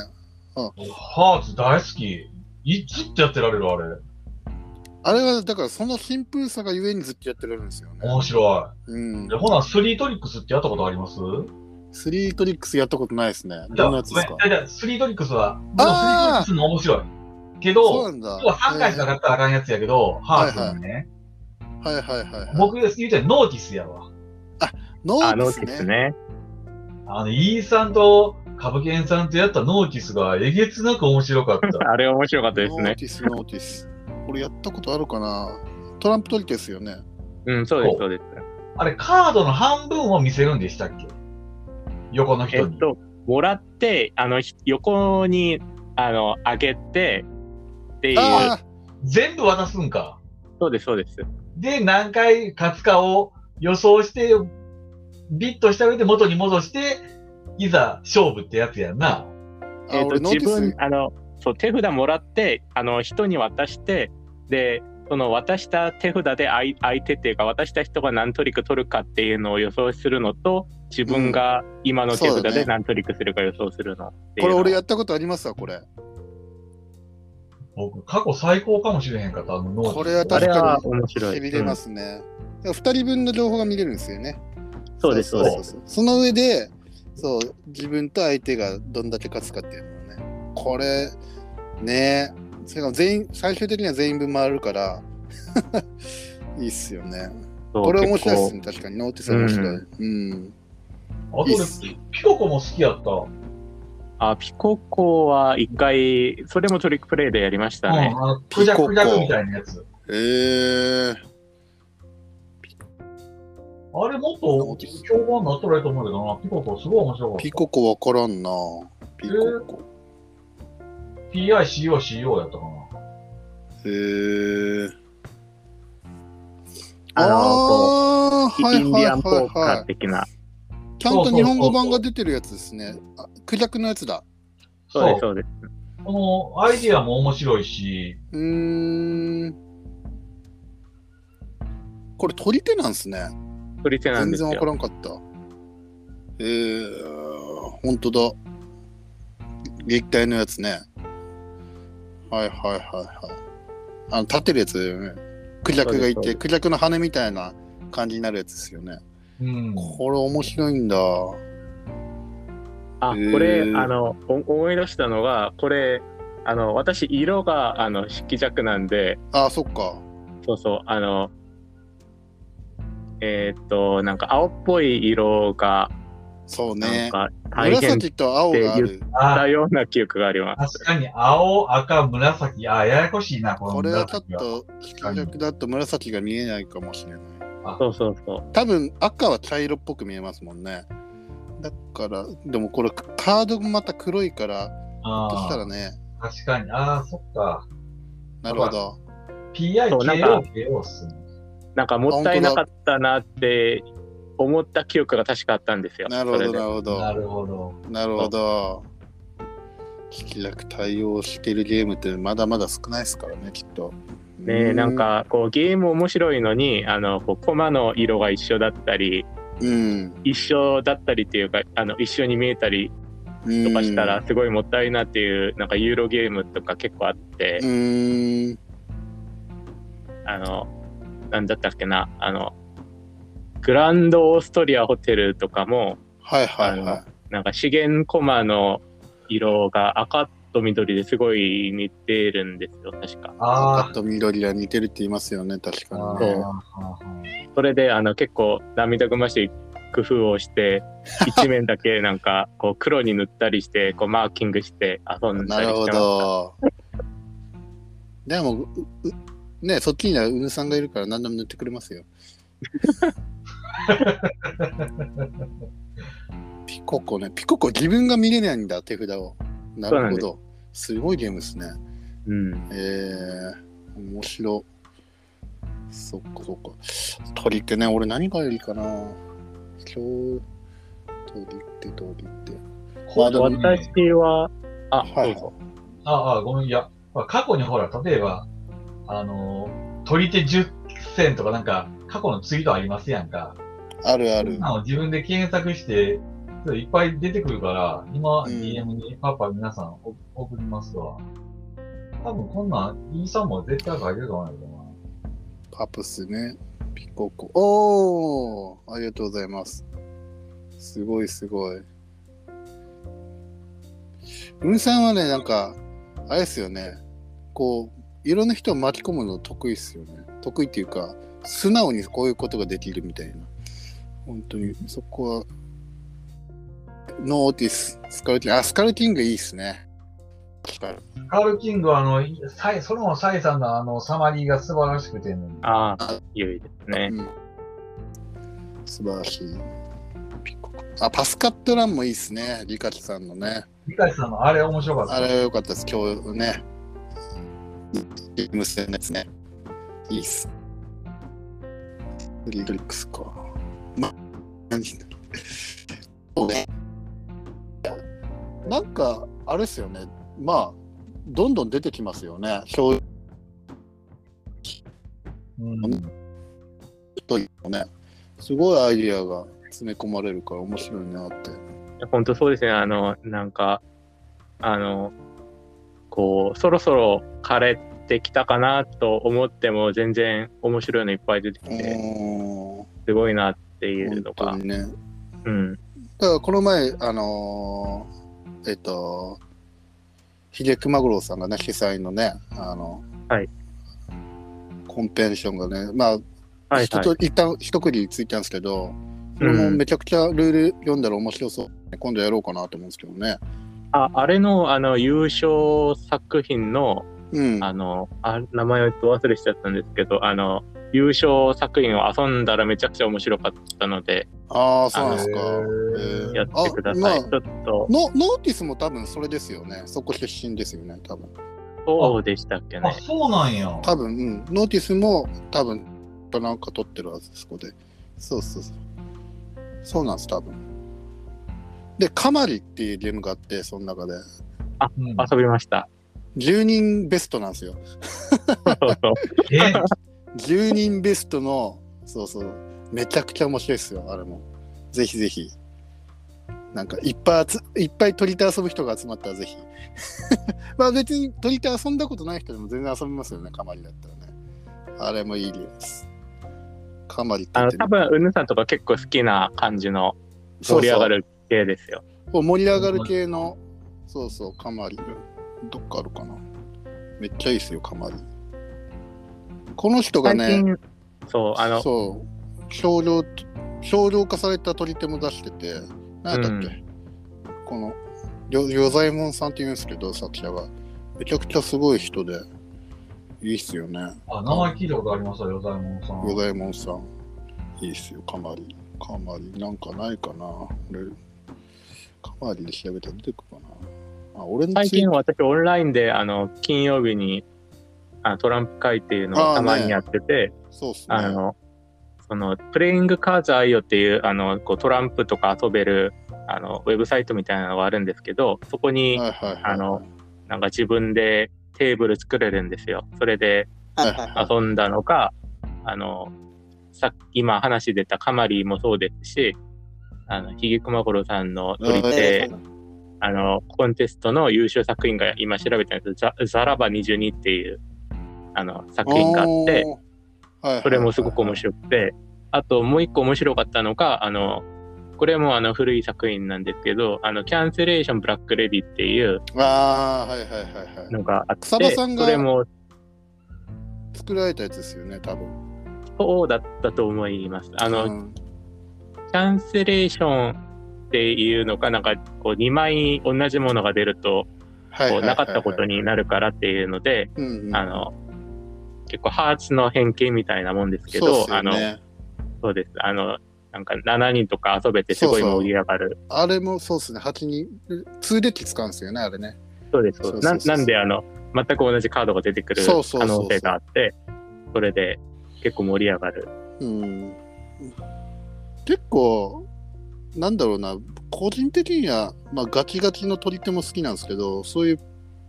Speaker 2: ハーツ大好き。いずっとやってられる、あれ。
Speaker 1: あれはだからそのシンプルさがゆえにずっとやってられるんですよね。
Speaker 2: 面白
Speaker 1: うん
Speaker 2: い。で、。ほな、スリートリックスってやったことあります
Speaker 1: スリートリックスやったことないですね。どんなやつですか
Speaker 2: いやいやスリートリックスは、でもスリートリッ
Speaker 1: あー
Speaker 2: クスも面白い。け
Speaker 1: そう
Speaker 2: ど、
Speaker 1: なんだ。
Speaker 2: 要は3回しか買ったらあかんやつやけど、ハーツはね、
Speaker 1: えーはいはいはいはい。
Speaker 2: 僕が言うてんのノーティスやわ。
Speaker 1: ノ
Speaker 3: あ
Speaker 1: ー
Speaker 3: の
Speaker 1: で
Speaker 3: ですす
Speaker 1: ね。
Speaker 3: ね。
Speaker 2: あの、イーさんと、カブケンさんとやったノーティスがえげつなく面白かった。
Speaker 3: あれ面白かったです
Speaker 1: ノー
Speaker 3: ね。
Speaker 1: ティス、ノーティス。これやったことあるかなトランプ取り手ですよね。
Speaker 3: うん、そうです、そうです。
Speaker 2: あれ、カードの半分を見せるんでしたっけ横の
Speaker 3: え
Speaker 2: 人
Speaker 3: っ
Speaker 2: に。
Speaker 3: と、もらって、あの、ひ横に、あの、上げて、っていう。
Speaker 1: あ
Speaker 2: 全部渡すんか。
Speaker 3: そうです、そうです。
Speaker 2: で、何回勝つかを予想して、ビットした上で元に戻して、いざ勝負ってやつやんな。
Speaker 1: ーあ、
Speaker 3: えっと、
Speaker 1: 俺ノー
Speaker 3: 自
Speaker 1: ティ
Speaker 3: 分
Speaker 1: ス、。
Speaker 3: あの、そう、手札もらって、あの、人に渡して、で、その渡した手札で相相手っていうか渡した人が何トリック取るかっていうのを予想するのと自分が今の手
Speaker 1: そう
Speaker 3: 札
Speaker 1: だね
Speaker 3: で何トリックするか予想するのってい
Speaker 1: こ
Speaker 3: う
Speaker 1: れ
Speaker 3: の
Speaker 1: 俺やったことありますわ、これ。
Speaker 2: 僕、過去最高かもしれへんかった、あのノート
Speaker 1: これは
Speaker 3: あ
Speaker 1: 確
Speaker 3: れ
Speaker 1: か
Speaker 3: は面白
Speaker 1: に
Speaker 3: い。
Speaker 1: 見れますね。だから二人分の情報が見れるんですよね。
Speaker 3: うんそうです、そうです。
Speaker 1: す。その上で、そう、自分と相手がどんだけ勝つかっていうのをね。これ、ねそれが全員、最終的には全員分回るから、 いいっすよね。
Speaker 3: そう
Speaker 1: これ面白いっ
Speaker 3: 結構
Speaker 1: すね、確かに。ノーティス面白い。うん
Speaker 2: あと
Speaker 1: いい
Speaker 2: で
Speaker 1: っす
Speaker 2: ピピココも好きやった。
Speaker 3: あ、ピココは一回、それもトリックプレイでやりました
Speaker 2: う
Speaker 3: ね。
Speaker 2: ん、あの、クジャ
Speaker 1: ピコ
Speaker 2: ク
Speaker 1: コ
Speaker 2: クジャクみたいなやつ。
Speaker 1: ええ
Speaker 2: あれもっと評判になったらいいと思うけどな、ピココすごい面白かった
Speaker 1: ピ。ココわからんな。ピココ。
Speaker 2: PICOCO やったかな。
Speaker 1: へえ
Speaker 3: あの
Speaker 1: あ
Speaker 3: こ
Speaker 1: ー
Speaker 3: う、
Speaker 1: はい
Speaker 3: インディアンポ
Speaker 1: はい
Speaker 3: ーカ
Speaker 1: はいは
Speaker 3: ー
Speaker 1: い。
Speaker 3: 的な。
Speaker 1: ちゃんと日本語版が出てるやつですね。あクジャクのやつだ。
Speaker 3: そう
Speaker 2: そ
Speaker 3: で
Speaker 2: う
Speaker 3: す、。そうです。
Speaker 2: このアイディアも面白いし、
Speaker 1: うーん。これ取り手なんすね。
Speaker 3: 取り手なん
Speaker 1: 全
Speaker 3: です
Speaker 1: 然わか
Speaker 3: よ。
Speaker 1: らんかった。ええほんとだ。撃退のやつね。はいはいはいはい。あの、立てるやつだよね。クジャクがい
Speaker 3: そうですそうで
Speaker 1: て、クジャクの羽みたいな感じになるやつですよね。
Speaker 2: うん。
Speaker 1: これ面白いんだ。
Speaker 3: あ
Speaker 1: へ、ー
Speaker 3: これ、あの、お思い出したのが、これ、あの、私、色が、あの、色弱なんで、
Speaker 1: あ、そっか。
Speaker 3: そうそう、あの、えーっと、なんか、青っぽい色が、
Speaker 1: そう
Speaker 3: なん
Speaker 1: ね。
Speaker 3: か、大変
Speaker 1: 紫と青がある。
Speaker 2: あ
Speaker 3: だような記憶があります。
Speaker 2: 確かに、青、赤、紫、あ、ややこしいな、この
Speaker 1: これはちょっ
Speaker 2: 紫は。
Speaker 1: と、クジャクだと紫が見えないかもしれない。
Speaker 3: そうそうそう。
Speaker 1: 多分赤は茶色っぽく見えますもんねだからでもこれカードがまた黒いからそ
Speaker 2: あ
Speaker 1: し
Speaker 2: あ
Speaker 1: たらね
Speaker 2: 確かに、ああ、そっか。
Speaker 1: なるほど
Speaker 2: PI、
Speaker 3: そうなんか
Speaker 2: KO、KO っすね。
Speaker 3: なんか、もったいなかったなって思った記憶が確かあったんですよ。
Speaker 1: なるほ
Speaker 3: それ
Speaker 1: ど
Speaker 3: で
Speaker 1: なるほ
Speaker 2: な
Speaker 1: ど
Speaker 2: るほど。
Speaker 1: なるほど聞き楽対応してるゲームってまだまだ少ないですからね、きっと。
Speaker 3: ね
Speaker 1: う
Speaker 3: なん、かこうゲーム面白いのにあのこうコマの色が一緒だったり
Speaker 1: うん。
Speaker 3: 一緒だったりっていうかあの一緒に見えたり
Speaker 1: うん
Speaker 3: とかしたら、すごいもったいなっていうなんかユーロゲームとか結構あって
Speaker 1: う、ーん。
Speaker 3: あのなんだったっけなあのグランドオーストリアホテルとかも
Speaker 1: はいはいは
Speaker 3: なんか資源コマの色が赤と緑ですごい似てるんですよ確か。
Speaker 1: い。
Speaker 2: あ
Speaker 1: 赤と緑が似てるって言いますよね、確
Speaker 2: あ。
Speaker 1: かに
Speaker 3: そう
Speaker 1: ね。
Speaker 3: それであの結構涙ぐましい工夫をして 一面だけなんかこう黒に塗ったりしてこうマーキングして遊んだ
Speaker 1: な
Speaker 3: り
Speaker 1: るほ
Speaker 3: してま
Speaker 1: ど。でも、ううね、そっちにはうぬさんがいるから何でも塗ってくれます よ。ピココね、ピココ自分が見れないんだ、手札を。なるほ
Speaker 3: そ
Speaker 1: ど。すごいゲームですね。
Speaker 3: す。うん、
Speaker 1: えー、面白。そっかそっか。鳥ってね、俺何がいいかな。今日、鳥って鳥って。まあでもね
Speaker 3: 私はあ、
Speaker 1: はい
Speaker 3: どうぞ
Speaker 1: は
Speaker 2: ああ、ごめん、いや、まあ過去にほら、例えば、あのー、取り手10選とかなんか、過去のツイートありますやんか。
Speaker 1: い。あるあ
Speaker 2: そ
Speaker 1: る
Speaker 2: ん。なの自分で検索して、いっぱい出てくるから、
Speaker 1: う
Speaker 2: 今、
Speaker 1: ん
Speaker 2: DM にパパ皆さんお送りますわ。多分こんなん、イーサンも絶対書いてると思うんだけどな。
Speaker 1: パプスね。ピココ。おーありがとうございます。すごいすごい。うんさんはね、なんか、あれですよね。こう、いろんな人を巻き込むの得意っすよね。得意っていうか、素直にこういうことができるみたいな。本当に、そこは、ノーオーティス、スカルキング。あ、スカルキングいいっすね。確かに
Speaker 2: カール・キングは、あの、いサイ、それもサイさんのあの、サマリーが素晴らしくて、ね、
Speaker 3: ああ、ゆいですね。
Speaker 1: うん、素晴らしい。ピコあ、パスカットランもいいですね。リカキさんのね。
Speaker 2: リカシさんのあれ面白かった。
Speaker 1: あれは良かったです。今日ね。ゲーム戦のやつね。いいっす。フリードリックスか。ま、何そうね。なんか、あれっすよね。まあ、どんどん出てきますよね。表
Speaker 2: うん。
Speaker 1: というのね。すごいアイディアが詰め込まれるから面白いなって。
Speaker 3: 本当そうですね。あの、なんか、あの、こう、そろそろ枯れてきたかなと思っても、全然面白いのいっぱい出てきて、
Speaker 1: う
Speaker 3: すごいなってい
Speaker 1: ー
Speaker 3: うんの
Speaker 1: 本当
Speaker 3: が、
Speaker 1: にね。だ
Speaker 3: うん。
Speaker 1: からこの前、あのーえっと、ヒデクマグロさんがね、被災のね、あの、
Speaker 3: はい
Speaker 1: コンペンションがね、まあ、
Speaker 3: はい
Speaker 1: 一
Speaker 3: はい。
Speaker 1: と一旦一区切りついたんですけど、それもめちゃくちゃルール読んだら面白そう。今度やろうかなと思うんですけどね。
Speaker 3: あ、あれの、あの、優勝作品の、
Speaker 1: うん。
Speaker 3: あの、あ名前を忘れしちゃったんですけど、あの、優勝作品を遊んだらめちゃくちゃ面白かったので、
Speaker 1: ああ、そうなんですか。
Speaker 2: あの
Speaker 1: え
Speaker 2: ー
Speaker 1: ー
Speaker 3: やってください。
Speaker 1: あ
Speaker 3: ち
Speaker 1: まあ
Speaker 3: ょっと、
Speaker 1: ノノーティスも多分それですよね。そこ出身ですよね、多分。
Speaker 3: そうでしたっけ
Speaker 2: あ、
Speaker 3: ね。
Speaker 2: そうなんや。
Speaker 1: 多分、うん、ノーティスも多分なんか撮ってるはずですここでそうそうそうそうなんです多分で「カマリ」っていうゲームがあってその中で
Speaker 2: うん
Speaker 3: 遊びました。
Speaker 1: 10人ベストなんですよ
Speaker 3: そうそう。
Speaker 2: え、
Speaker 1: 10人ベストのそうそうめちゃくちゃ面白いですよあれもぜひぜひなんかいっぱい集いっぱい鳥と遊ぶ人が集まったらぜひ まあ別に鳥と遊んだことない人でも全然遊びますよねカマリだったらねあれもいいゲームですカマリって言
Speaker 3: あ
Speaker 1: って
Speaker 3: の
Speaker 1: み
Speaker 3: 多
Speaker 1: て
Speaker 3: 分うぬさんとか結構好きな感じの
Speaker 1: そうそう
Speaker 3: 盛り上がる系ですよ。
Speaker 1: こう盛り上がる系の、そうそう、カマリ。どっかあるかな。めっちゃいいですよ、カマリ。この人が
Speaker 3: 最
Speaker 1: ね、
Speaker 3: 近そうあの
Speaker 1: そう、少量、少量化された取り手も出してて、なんだっけ、
Speaker 3: う
Speaker 1: この、よ与左衛門さんって言うんですけど、作者が。めちゃくちゃすごい人で、いいっすよね、
Speaker 2: あ、名前聞いたことありますよ、ヨザイモンさん
Speaker 1: 与。左衛門さん。いいっすよ、カマリ。カマリ、なんかないかな。俺、カマリで調べたら出てくるかな。あ、俺の
Speaker 3: 最
Speaker 1: ツイ
Speaker 3: 近私オンラインであの金曜日にあトランプ会っていうの
Speaker 1: あー
Speaker 3: をたまに
Speaker 1: ね
Speaker 3: やってて
Speaker 1: そうっすね。
Speaker 3: あ,、のそのプレイングカーズアイオっていうあのこうトランプとか遊べるあのウェブサイトみたいなのがあるんですけどそこに
Speaker 1: はいはいはい。
Speaker 3: あの、なんか自分でテーブル作れるんですよそれで
Speaker 4: はいはいはい。
Speaker 3: 遊んだのかあのさっき今話出たカマリーもそうですしあのひげくまごろさんの取り手あのコンテストの優秀作品が今調べたんですザザラバ22っていうあの作品があって
Speaker 1: おー、はいはいはい
Speaker 3: それもすごく面白くて、あともう一個面白かったのが、あの、これもあの古い作品なんですけど、あの、キャンセレーションブラックレディっていう
Speaker 1: ああ、はいはいはいはい。
Speaker 3: のがあって、
Speaker 1: 草場さんが
Speaker 3: それも
Speaker 1: 作られたやつですよね、多分。
Speaker 3: そうだったと思います。あの、
Speaker 1: うん
Speaker 3: キャンセレーションっていうのかなんかこう2枚同じものが出ると
Speaker 1: はい
Speaker 3: こ
Speaker 1: はいはいは
Speaker 3: う
Speaker 1: い
Speaker 3: なかったことになるからっていうので、
Speaker 1: うんうん
Speaker 3: あの結構ハーツの変形みたいなもんですけ
Speaker 1: そうっ
Speaker 3: ど
Speaker 1: す
Speaker 3: あ
Speaker 1: よ
Speaker 3: の
Speaker 1: ね
Speaker 3: そうですあのなんか7人とか遊べてすごい盛り上がる
Speaker 1: あれもそうですね、8人、2デッキ使うんですよね、あれね。
Speaker 3: そうです。
Speaker 1: そうそう
Speaker 3: な
Speaker 1: そうそう
Speaker 3: なんであの全く同じカードが出てくる
Speaker 1: そうそうそうそう
Speaker 3: 可能性があって、それで結構盛り上がる。
Speaker 1: うん。結構、なんだろうな、個人的には、まあ、ガキガキの取り手も好きなんですけど、そういう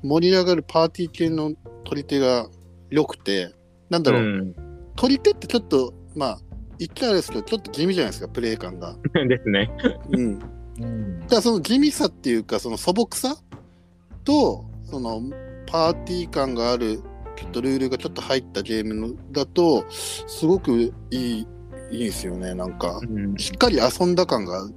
Speaker 1: 盛り上がるパーティー系の取り手が良くて、なんだろう、
Speaker 3: う
Speaker 1: 取り手ってちょっと、まあ、言っちゃあれですけど、ちょっと地味じゃないですか、プレイ感が。
Speaker 3: ん、 ですね。
Speaker 1: うん。
Speaker 2: うん
Speaker 1: だからその地味さっていうかその素朴さとそのパーティー感があるちょっとルールがちょっと入ったゲームのだとすごくいいいいですよねなんか
Speaker 3: うん、
Speaker 1: しっかり遊んだ感が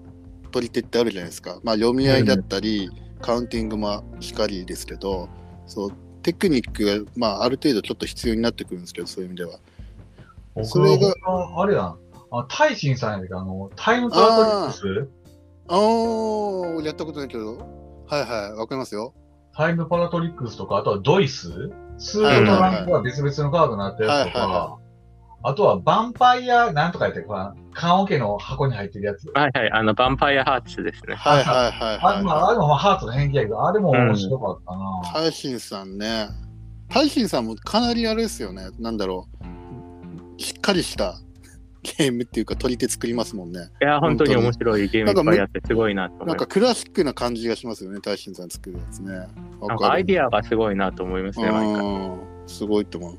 Speaker 1: 取り手ってあるじゃないですかまあ読み合いだったり、カウンティングもしかりですけどそうテクニックが、まあ、ある程度ちょっと必要になってくるんですけどそういう意味では
Speaker 2: 僕
Speaker 1: それが
Speaker 2: は、あれやん。あ、タイシンさんやであの、タイムトラトリックス
Speaker 1: ああやったことないけどはいはいわかりますよ
Speaker 2: タイムパラトリックスとか、あとはドイス数とランクが別々のカードになったやつと
Speaker 1: はいはいは
Speaker 2: か、あとはヴァンパイア、なんとかやったっけな、缶オケの箱に入ってるやつ。
Speaker 3: はいはい、あの、ヴァンパイアハーツですね。
Speaker 1: はいはいはいはい、
Speaker 2: あまああれもまあハーツの変形やけど、あれも面白かったな。
Speaker 1: タイシンさんね。タイシンさんもかなりあれですよね。なんだろう。しっかりしたゲームっていうか、取り手作りますもんね。
Speaker 3: いや、本当
Speaker 1: 本
Speaker 3: に
Speaker 1: 当に
Speaker 3: 面白いゲームいっぱいやって、すごいなと思
Speaker 1: ないんか
Speaker 3: ます。
Speaker 1: クラシックな感じがしますよね、タイシンさん作るやつね。
Speaker 3: な
Speaker 1: わ
Speaker 3: んかアイデ
Speaker 1: ア
Speaker 3: ィアがすごいなと思いますね、毎
Speaker 1: う
Speaker 3: 回。
Speaker 1: ん、すごいと思う。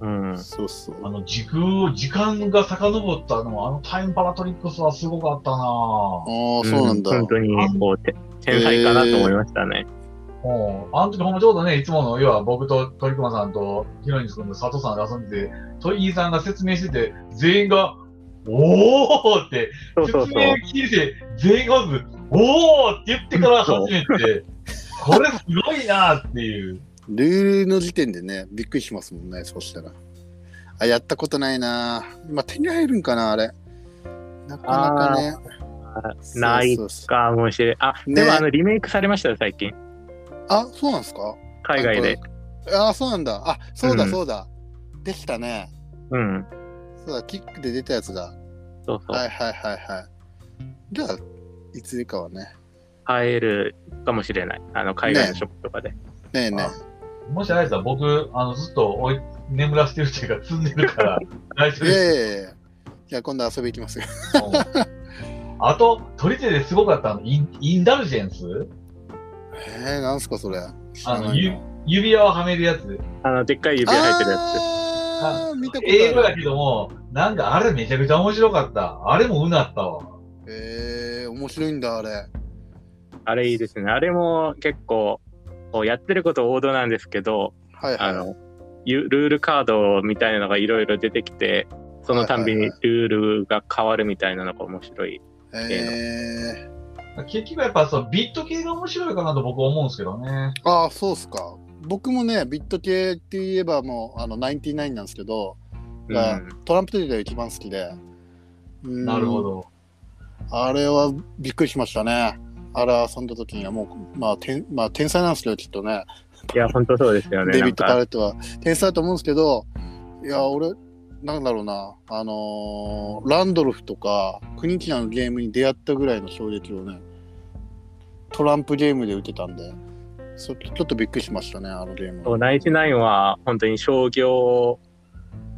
Speaker 3: うん。
Speaker 1: そうそう。
Speaker 2: あの、時空を、時間が遡ったのは、あのタイムパラトリックスはすごかったな
Speaker 1: ああ、
Speaker 2: ぁ。
Speaker 1: そうなんだ。
Speaker 3: 本当に、こう、て天才かなと思いましたね。
Speaker 2: もう、あの時ほんまちょうどね、いつもの、要は僕と鳥熊さんとヒロニス君と佐藤さんが遊んでて、鳥居さんが説明してて、全員が、おーって、
Speaker 3: そうそうそう。
Speaker 2: 説明聞いて、全員がまず、おーって言ってから初めて、これすごいなーっていう。
Speaker 1: ルールの時点でね、びっくりしますもんね、そうしたら。あ、やったことないな。今手に入るんかな、あれ。なかなかね。
Speaker 3: ない
Speaker 1: そうそうそう
Speaker 3: かもしれん。あ、で
Speaker 1: ね
Speaker 3: も、あの、リメイクされましたよ、最近。
Speaker 1: あ、そうなんですか
Speaker 3: 海外で。
Speaker 1: ああ、そうなんだ。あ、そうだ、
Speaker 3: うん
Speaker 1: そうだ。できたね。
Speaker 3: うん。
Speaker 1: そうだ、キックで出たやつだ。
Speaker 3: そうそう。
Speaker 1: はいはいはいはい。じゃあ、いつかはね。
Speaker 3: 買えるかもしれない。あの、海外のショップとかで。
Speaker 1: ねえね
Speaker 2: あもしあれだったら僕、あの、ずっとおい眠らせてるっていうか、積んでるから、大
Speaker 1: え。
Speaker 2: 丈夫です。
Speaker 1: いやいやいやじゃあ今度遊び行きますよ。
Speaker 2: うんあと、鳥手ですごかったの、インインダルジェンス
Speaker 1: えー、なんすかそれ。知ら
Speaker 2: あ
Speaker 1: な
Speaker 2: の
Speaker 1: い
Speaker 2: ゆ
Speaker 1: な。
Speaker 2: 指輪をはめるやつ。
Speaker 3: あの、でっかい指入ってるやつ。
Speaker 1: あー、見たこと
Speaker 2: 映画
Speaker 1: あ
Speaker 2: だ
Speaker 1: る。
Speaker 2: けども、なんかあれめちゃくちゃ面白かった。あれもうなったわ。
Speaker 1: えー、面白いんだ、あれ。
Speaker 3: あれいいですね。あれも結構、こうやってること王道なんですけど、
Speaker 1: はい
Speaker 3: あ
Speaker 1: はい。
Speaker 3: の、ゆルールカードみたいなのがいろいろ出てきて、そのたんび
Speaker 1: は
Speaker 3: に
Speaker 1: いは
Speaker 3: ルールが変わるみたいなのが面白い。
Speaker 1: えー、
Speaker 2: 結局やっぱそのビット系が面白いかなと僕は思うんですけどね。
Speaker 1: ああ、そうっすか。僕もね、ビット系って言えばもう、あの、99なんですけど、
Speaker 3: う
Speaker 1: が
Speaker 3: ん。
Speaker 1: トランプテリーが一番好きで。うん
Speaker 2: なるほ。ど。
Speaker 1: あれはびっくりしましたね。あれ遊んだ時にはもう、まあ、天まあ、天才なんですけど、きっとね。
Speaker 3: いや、本当そうですよね。
Speaker 1: デビッド・パ
Speaker 3: なんか
Speaker 1: レットは。天才だと思うんですけど、いや、俺、なんだろうな、あのーランドルフとか、クニキナのゲームに出会ったぐらいの衝撃をね、トランプゲームで打てたんで、そちょっとびっくりしましたね、あのゲーム
Speaker 3: そ
Speaker 1: は。
Speaker 3: うナインティナインは本当に商業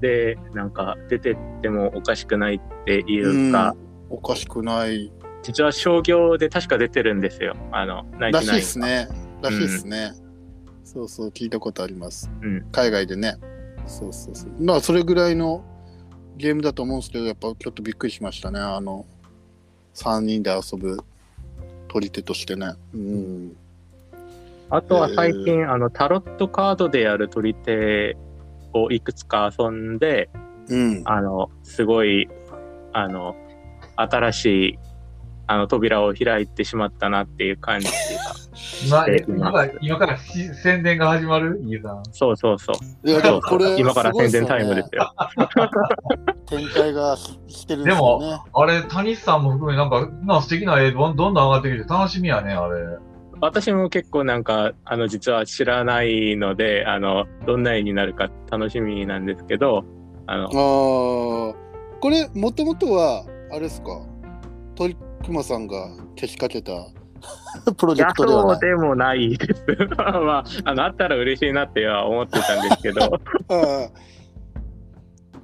Speaker 3: でなんか出てってもおかしくないっていうか、
Speaker 1: おかしくない
Speaker 3: 実は商業で確か出てるんですよ。あの、ナイ
Speaker 1: ら
Speaker 3: ト
Speaker 1: しい
Speaker 3: ナイ
Speaker 1: で
Speaker 3: ン
Speaker 1: す。ね。らしいですね。そうそう、聞いたことあります。
Speaker 3: うん
Speaker 1: 海外でね。そうそうそう。まあ、それぐらいのゲームだと思うんですけど、やっぱちょっとびっくりしましたね。あの、3人で遊ぶ取り手としてね。うん。
Speaker 3: あとは最近、あの、タロットカードでやる取り手をいくつか遊んで、
Speaker 1: うん。
Speaker 3: あの、すごい、あの、新しい、あの、扉を開いてしまったなっていう感じが。
Speaker 2: まあ、
Speaker 3: えー
Speaker 2: 今から、今からし宣伝が始まるイーさん。
Speaker 3: そうそうそう。
Speaker 1: いや、でもこれ、
Speaker 3: 今から宣伝
Speaker 1: ごい
Speaker 3: タイムですよ。
Speaker 1: すよね。展開がししてるんですよね。
Speaker 2: でもあれ、谷さんも含め、なんか、な素敵な絵、どんどん上がってきて、楽しみやね、あれ。
Speaker 3: 私も結構なんか、あの、実は知らないので、あの、どんな絵になるか楽しみなんですけど、あの、
Speaker 1: ああ、これもともとはあれですか鳥熊さんがけしかけた プロ
Speaker 3: い
Speaker 1: ジェ
Speaker 3: や
Speaker 1: クトでは
Speaker 3: そ
Speaker 1: ないう
Speaker 3: でもないです。 まあ、あの、あったら嬉しいなっては思ってたんです け
Speaker 1: う
Speaker 3: ど、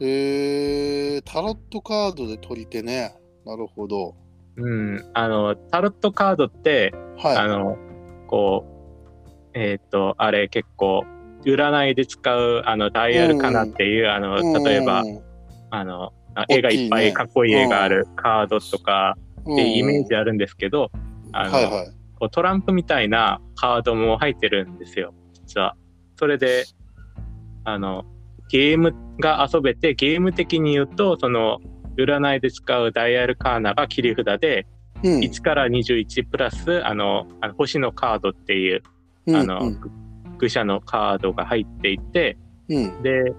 Speaker 1: んえー、タロットカードで取り手ねなるほど
Speaker 3: うん、あの、タロットカードって、あ
Speaker 1: は
Speaker 3: の、こう、えっ、と、あれ結構、占いで使う、あの、ダイヤルかなっていう、あ
Speaker 1: いうん
Speaker 3: の、例えば、あの、あ絵がいっぱ
Speaker 1: 大きいね
Speaker 3: いかっこいい絵があるカードとかっていうイメージ
Speaker 1: あ
Speaker 3: あるんですけど、あの、
Speaker 1: はいはい
Speaker 3: こうトランプみたいなカードも入ってるんですよ、実は。それで、あの、ゲームが遊べて、ゲーム的に言うと、その、占いで使うダイヤルカーナが切り札で、
Speaker 1: うん
Speaker 3: 1から21プラス、あの、あの星のカードっていう、
Speaker 1: うん
Speaker 3: あの、
Speaker 1: うん
Speaker 3: ぐ愚者のカードが入っていて、
Speaker 1: うん
Speaker 3: で、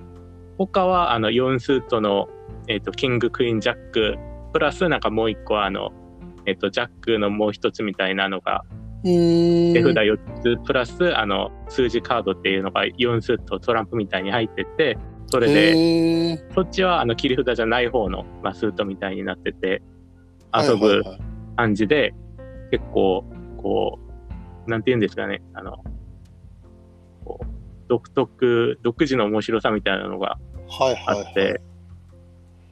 Speaker 3: 他は、あの、4スートの、えっ、と、キング、クイーン、ジャック、プラス、なんかもう一個、あの、えっ、と、ジャックのもう一つみたいなのが
Speaker 1: うーん
Speaker 3: 手札4つプラスあの数字カードっていうのが4数とトランプみたいに入っててそれで
Speaker 1: へー
Speaker 3: そっちはあの切り札じゃない方の、まあ、スートみたいになってて遊
Speaker 1: はい
Speaker 3: ぶ
Speaker 1: はいはい
Speaker 3: 感じで結構こうなんて言うんですかねあのこう独特独自の面白さみたいなのがあ
Speaker 1: はいはい
Speaker 3: って、
Speaker 1: はい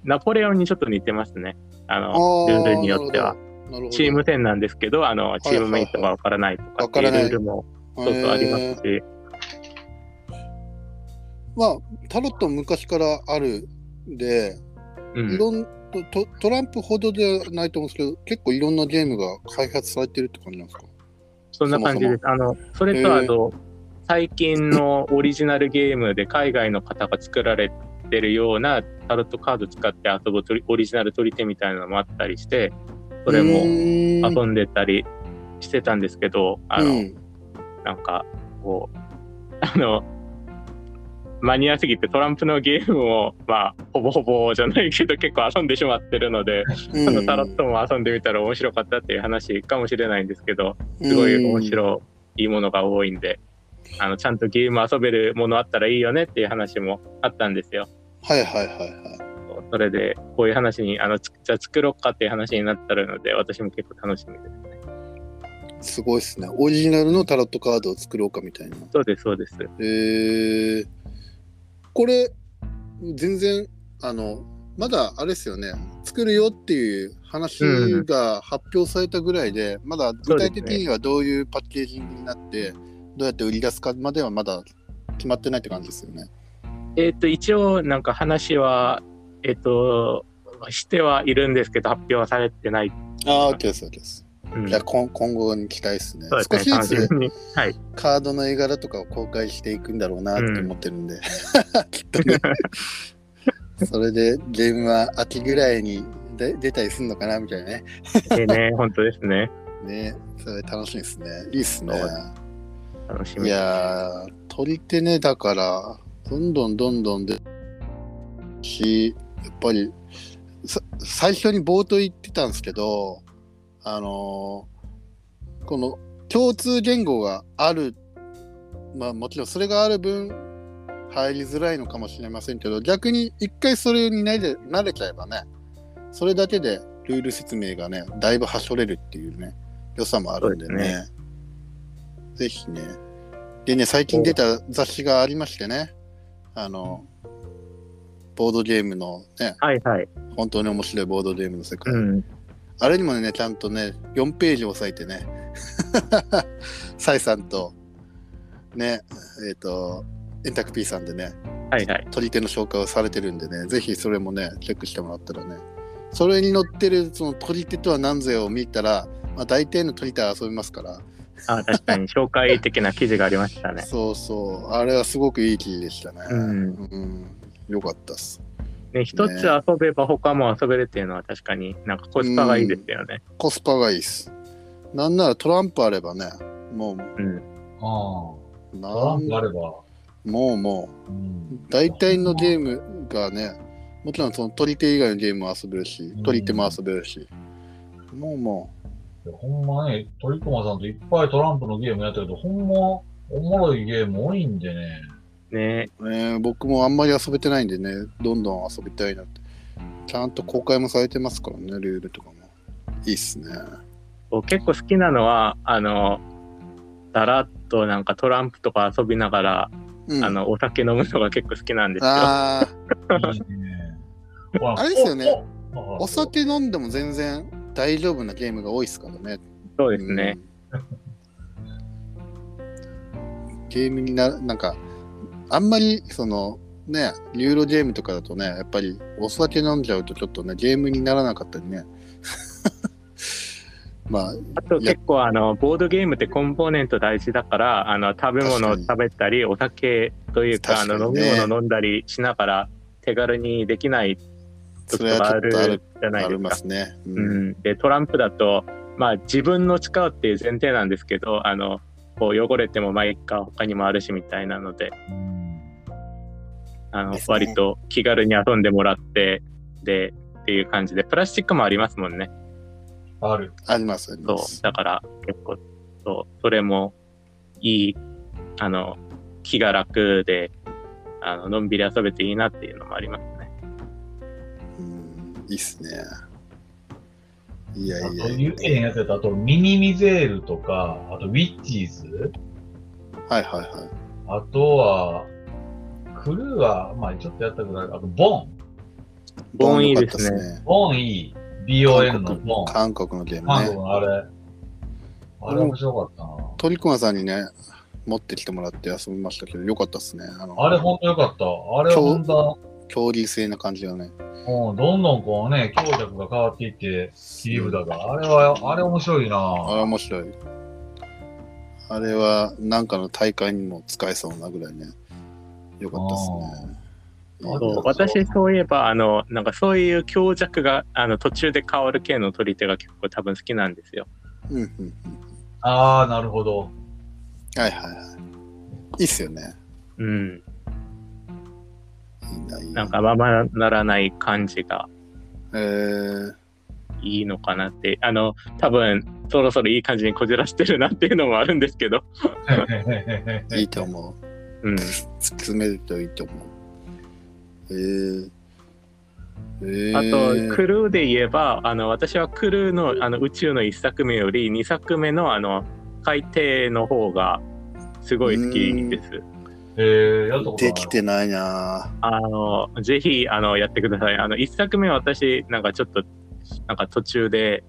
Speaker 3: ナポレオンにちょっと似てますねあ
Speaker 1: あ
Speaker 3: の
Speaker 1: ー
Speaker 3: ルールによって
Speaker 1: な
Speaker 3: は
Speaker 1: るほどなるほど
Speaker 3: チーム戦なんですけどあのチームメイトがわからないとかってい
Speaker 1: わ
Speaker 3: う
Speaker 1: から
Speaker 3: ル
Speaker 1: ない
Speaker 3: ールもそうそうありま
Speaker 1: へー
Speaker 3: すし。
Speaker 1: まあタロット昔からあるんで
Speaker 3: う
Speaker 1: い
Speaker 3: ん
Speaker 1: ろんとトトランプほどではないと思うんですけど、結構いろんなゲームが開発されてるって感じなんですか
Speaker 3: そんな感じです。あの、それと
Speaker 1: へー
Speaker 3: あと、最近のオリジナルゲームで海外の方が作られてるようなタロットカード使って遊ぶ取りオリジナル取り手みたいなのもあったりして、それ
Speaker 1: う
Speaker 3: も
Speaker 1: ーん
Speaker 3: 遊んでたりしてたんですけど、あの、
Speaker 1: うん
Speaker 3: なんか、こう、あの、マニアすぎてトランプのゲームを、まあ、ほぼほぼじゃないけど結構遊んでしまってるので、あのタロットも遊んでみたら面白かったっていう話かもしれないんですけど、すごい面
Speaker 1: い。
Speaker 3: 白いものが多いんで、あのちゃんとゲーム遊べるものあったらいいよねっていう話もあったんですよ。
Speaker 1: はいはいはいは
Speaker 3: それで、こういう話に、あのつじゃあ作ろうかっていう話になったので、私も結構楽しみです。
Speaker 1: い。すごいですね。オリジナルのタロットカードを作ろうかみたいな。
Speaker 3: そうです、そうです。
Speaker 1: えー、これ、全然、あの、まだあれですよね、作るよっていう話が発表されたぐらいで、まだ具体的にはどういうパッケージになって、どうやって売り出すかまではまだ決まってないって感じですよね。
Speaker 3: えっ、と、一応、なんか話は、えっ、と、してはいるんですけど、発表はされてない。
Speaker 1: ああ、OK です、OK です。
Speaker 3: うん
Speaker 1: じゃあ、今今後に期待ですね。
Speaker 3: そうで
Speaker 1: 少
Speaker 3: す
Speaker 1: し
Speaker 3: ね、
Speaker 1: ず
Speaker 3: 楽し
Speaker 1: つ
Speaker 3: みに。はい。
Speaker 1: カードの絵柄とかを公開していくんだろうなって思ってるんで、きっとね。 それでゲームは秋ぐらいにで出たりするのかなみたいなね。
Speaker 3: ええね、本当ですね。
Speaker 1: ねそれ楽しみですね。いいっすね。
Speaker 3: そう楽しみ。
Speaker 1: いやー、取り手ね、だから、どんどんどんどんで、し、やっぱり、さ最初に冒頭言ってたんですけど、あのーこの共通言語がある、まあもちろんそれがある分、入りづらいのかもしれませんけど、逆に一回それに慣れ慣れちゃえばね、それだけでルール説明がね、だいぶはしょれるっていうね、良さもあるんで
Speaker 3: そうで
Speaker 1: ねぜひね。でね、最近出た雑誌がありましてね、あの、ボードゲームのね、
Speaker 3: はいはい。
Speaker 1: 本当に面白いボードゲームの世界。
Speaker 3: うん。
Speaker 1: あれにもね、ちゃんとね、4ページ押さえてね、 サイさんと、ね、えっ、と、エンタクピーさんでね、
Speaker 3: はいはい。
Speaker 1: 取り手の紹介をされてるんでね、ぜひそれもね、チェックしてもらったらね、それに載ってるその取り手とは何ぞやを見たら、まあ、大体の取り手は遊びますから、
Speaker 3: あ 確かに紹介的な記事がありましたね。
Speaker 1: そうそう、あれはすごくいい記事でしたね。
Speaker 3: うん
Speaker 1: うんよかったっす。
Speaker 3: ね、一つ遊べば他も遊べるっていうのは確かになんかコスパがいいですよね。
Speaker 1: コスパがいいっす。なんならトランプあればね、もう、
Speaker 3: うん。
Speaker 2: ああ。トラ
Speaker 1: な
Speaker 2: ンプあ
Speaker 1: ん
Speaker 2: れば。
Speaker 1: もうも
Speaker 2: うん
Speaker 1: う、大体のゲームがね、もちろんその取り手以外のゲームも遊べるし
Speaker 2: う、ん
Speaker 1: 取り手も遊べるし、もうも
Speaker 2: いやほんまね、鳥駒さんといっぱいトランプのゲームやったけど、ほんま、おもろいゲーム多いんでね。
Speaker 3: ね
Speaker 1: う、えー僕もあんまり遊べてないんでね、どんどん遊びたいなって。ちゃんと公開もされてますからね、ルールとかも。いいっすね。
Speaker 3: 僕結構好きなのは、あの、だらっとなんかトランプとか遊びながら、
Speaker 1: うん、
Speaker 3: あの、お酒飲むのが結構好きなんですよ。
Speaker 1: あー
Speaker 2: いいね。ほら
Speaker 1: あれですよね。
Speaker 2: おお
Speaker 1: お酒飲んでも全然大丈夫なゲームが多いですからね。
Speaker 3: そうですね。
Speaker 1: うんゲームにな、なんか、あんまり、その、ね、ユーロゲームとかだとね、やっぱりお酒飲んじゃうとちょっとね、ゲームにならなかったりね。 まあ、
Speaker 3: あと結構あの、ボードゲームってコンポーネント大事だから、あの、食べ物
Speaker 1: 確
Speaker 3: を
Speaker 1: かに
Speaker 3: 食べたり、お酒というか、あ
Speaker 1: 確かに
Speaker 3: の、飲み
Speaker 1: ね
Speaker 3: 物飲んだりしながら、手軽にできない
Speaker 1: そ
Speaker 3: 時
Speaker 1: れ
Speaker 3: とか
Speaker 1: は
Speaker 3: あ
Speaker 1: ちょっとあ
Speaker 3: る
Speaker 1: る、
Speaker 3: じゃな
Speaker 1: あ
Speaker 3: い
Speaker 1: り
Speaker 3: です
Speaker 1: ま
Speaker 3: か。
Speaker 1: すね。う。
Speaker 3: うんん、でトランプだと、まあ、自分の使うっていう前提なんですけどあのこう汚れてもまあいいか他にもあるしみたいなので
Speaker 2: うん
Speaker 3: あの、
Speaker 1: ですね
Speaker 3: 割と気軽に遊んでもらってでっていう感じでプラスチックもありますもんね
Speaker 2: ある。
Speaker 1: あります、あり
Speaker 3: そう
Speaker 1: ます。
Speaker 3: だから結構そうそれもいいあの気が楽であののんびり遊べていいなっていうのもありますね。
Speaker 1: うん、いいっすね。いや
Speaker 2: あ
Speaker 1: い
Speaker 2: と
Speaker 1: やいや。
Speaker 2: 言えへんやつやったらあと、ミニミゼールとか、あと、ウィッチーズ、
Speaker 1: はいはいはい。
Speaker 2: あとは、クルーは、まあちょっとやったくらい、あと、ボン、
Speaker 3: ボンいいですね
Speaker 1: 良かったっすね。
Speaker 2: ボンいい、BON のボン、
Speaker 1: 韓国のゲーム
Speaker 2: 韓
Speaker 1: ね
Speaker 2: 国。のあれ、あれ面白かっ
Speaker 1: トリコマさんにね、持ってきてもらって遊びましたけど、よかったですね。あ
Speaker 2: たな。
Speaker 1: の
Speaker 2: あれほんとよかった。あれほんと、
Speaker 1: 競技性な感じがね。
Speaker 2: うん、どんどんこうね、強弱が変わっていって、切り札が。あれは、あれ面白い
Speaker 1: あ
Speaker 2: な
Speaker 1: れ面白い。あれは、なんかの大会にも使えそうなぐらいね。よかったですね。
Speaker 2: あー
Speaker 1: いい
Speaker 2: そ
Speaker 1: な
Speaker 2: う
Speaker 3: そう私そういえばあのなんかそういう強弱があの途中で変わる系の取り手が結構多分好きなんですよ。
Speaker 1: うんうんうん。
Speaker 2: ああ、なるほど。
Speaker 1: はいはいはい。いいっすよね。
Speaker 3: うん、
Speaker 1: いいな、いい
Speaker 3: なんかままならない感じが
Speaker 1: えー、
Speaker 3: いいのかなって、あの、多分そろそろいい感じにこじらしてるなっていうのもあるんですけど、
Speaker 1: いいと思う。
Speaker 3: う
Speaker 1: 突
Speaker 3: ん、
Speaker 1: き詰めるといいと思う。えー、え
Speaker 3: あ
Speaker 1: ー、
Speaker 3: と、クルーで言えば、あの私はクルーのあの宇宙の1作目より2作目のあの海底の方がすごい好きです。
Speaker 2: えー、やったことな
Speaker 1: で
Speaker 2: い
Speaker 1: きてないな
Speaker 3: あのぜひあのやってください。あの1作目は私なんかちょっとなんか途中で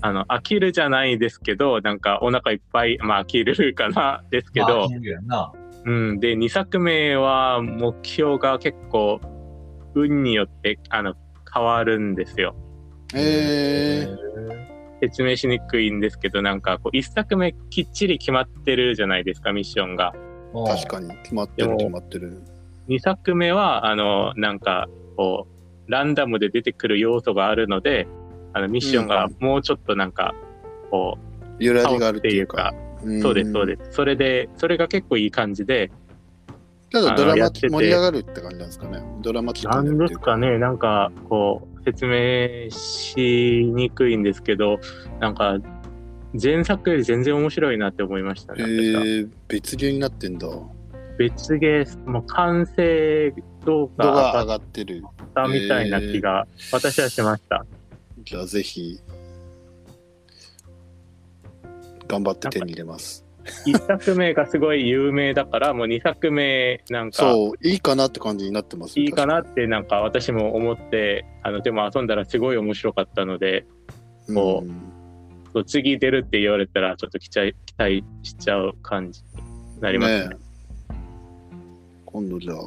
Speaker 3: あの飽きるじゃないですけどなんかお腹いっぱいまあ飽きるかなですけ
Speaker 2: まあ
Speaker 3: ど、
Speaker 2: 自由やんな
Speaker 3: うん、で2作目は目標が結構運によってあの変わるんですよ
Speaker 1: えー、
Speaker 3: 説明しにくいんですけどなんかこう1作目きっちり決まってるじゃないですかミッションが
Speaker 2: うん
Speaker 1: 確かに決まって
Speaker 3: で
Speaker 1: る
Speaker 3: も
Speaker 1: 決まってる
Speaker 3: 2作目はあのなんかこうランダムで出てくる要素があるのであのミッションが
Speaker 1: うん
Speaker 3: もうちょっとなんかこ
Speaker 1: 揺
Speaker 3: う
Speaker 1: ら
Speaker 3: 変
Speaker 1: ぎが
Speaker 3: わ
Speaker 1: ある
Speaker 3: るっ
Speaker 1: ってて
Speaker 3: い
Speaker 1: いうう
Speaker 3: か
Speaker 1: か
Speaker 3: そうですそう
Speaker 1: す
Speaker 3: ですそれでそれが結構いい感じで
Speaker 1: ただド
Speaker 3: あの
Speaker 1: ラ
Speaker 3: や
Speaker 1: マ
Speaker 3: ってて
Speaker 1: 盛り上がるって感じなんですかねドラマチック
Speaker 3: な
Speaker 1: な
Speaker 3: んで
Speaker 1: ってい
Speaker 3: す
Speaker 1: う
Speaker 3: かね、なんかこう、説明しにくいんですけど、なんか、前作より全然面白いなって思いました
Speaker 1: え
Speaker 3: ね。私は
Speaker 1: ー、別流になってんだ動
Speaker 3: 別ゲー、もう完成度が上
Speaker 1: 画上
Speaker 3: がっ
Speaker 1: がってる
Speaker 3: たみたいな気が、私はしました。
Speaker 1: じゃあぜひ頑張って手に入れます
Speaker 3: 1作目がすごい有名だから、もう2作目なんか、
Speaker 1: そういいかなって感じになってます
Speaker 3: いいかなってなんか私も思って、あの、でも遊んだらすごい面白かったので、もう
Speaker 1: うん
Speaker 3: そう次出るって言われたら、ちょっと期待期待しちゃう感じになりますね。
Speaker 1: ねえ今度じゃあ、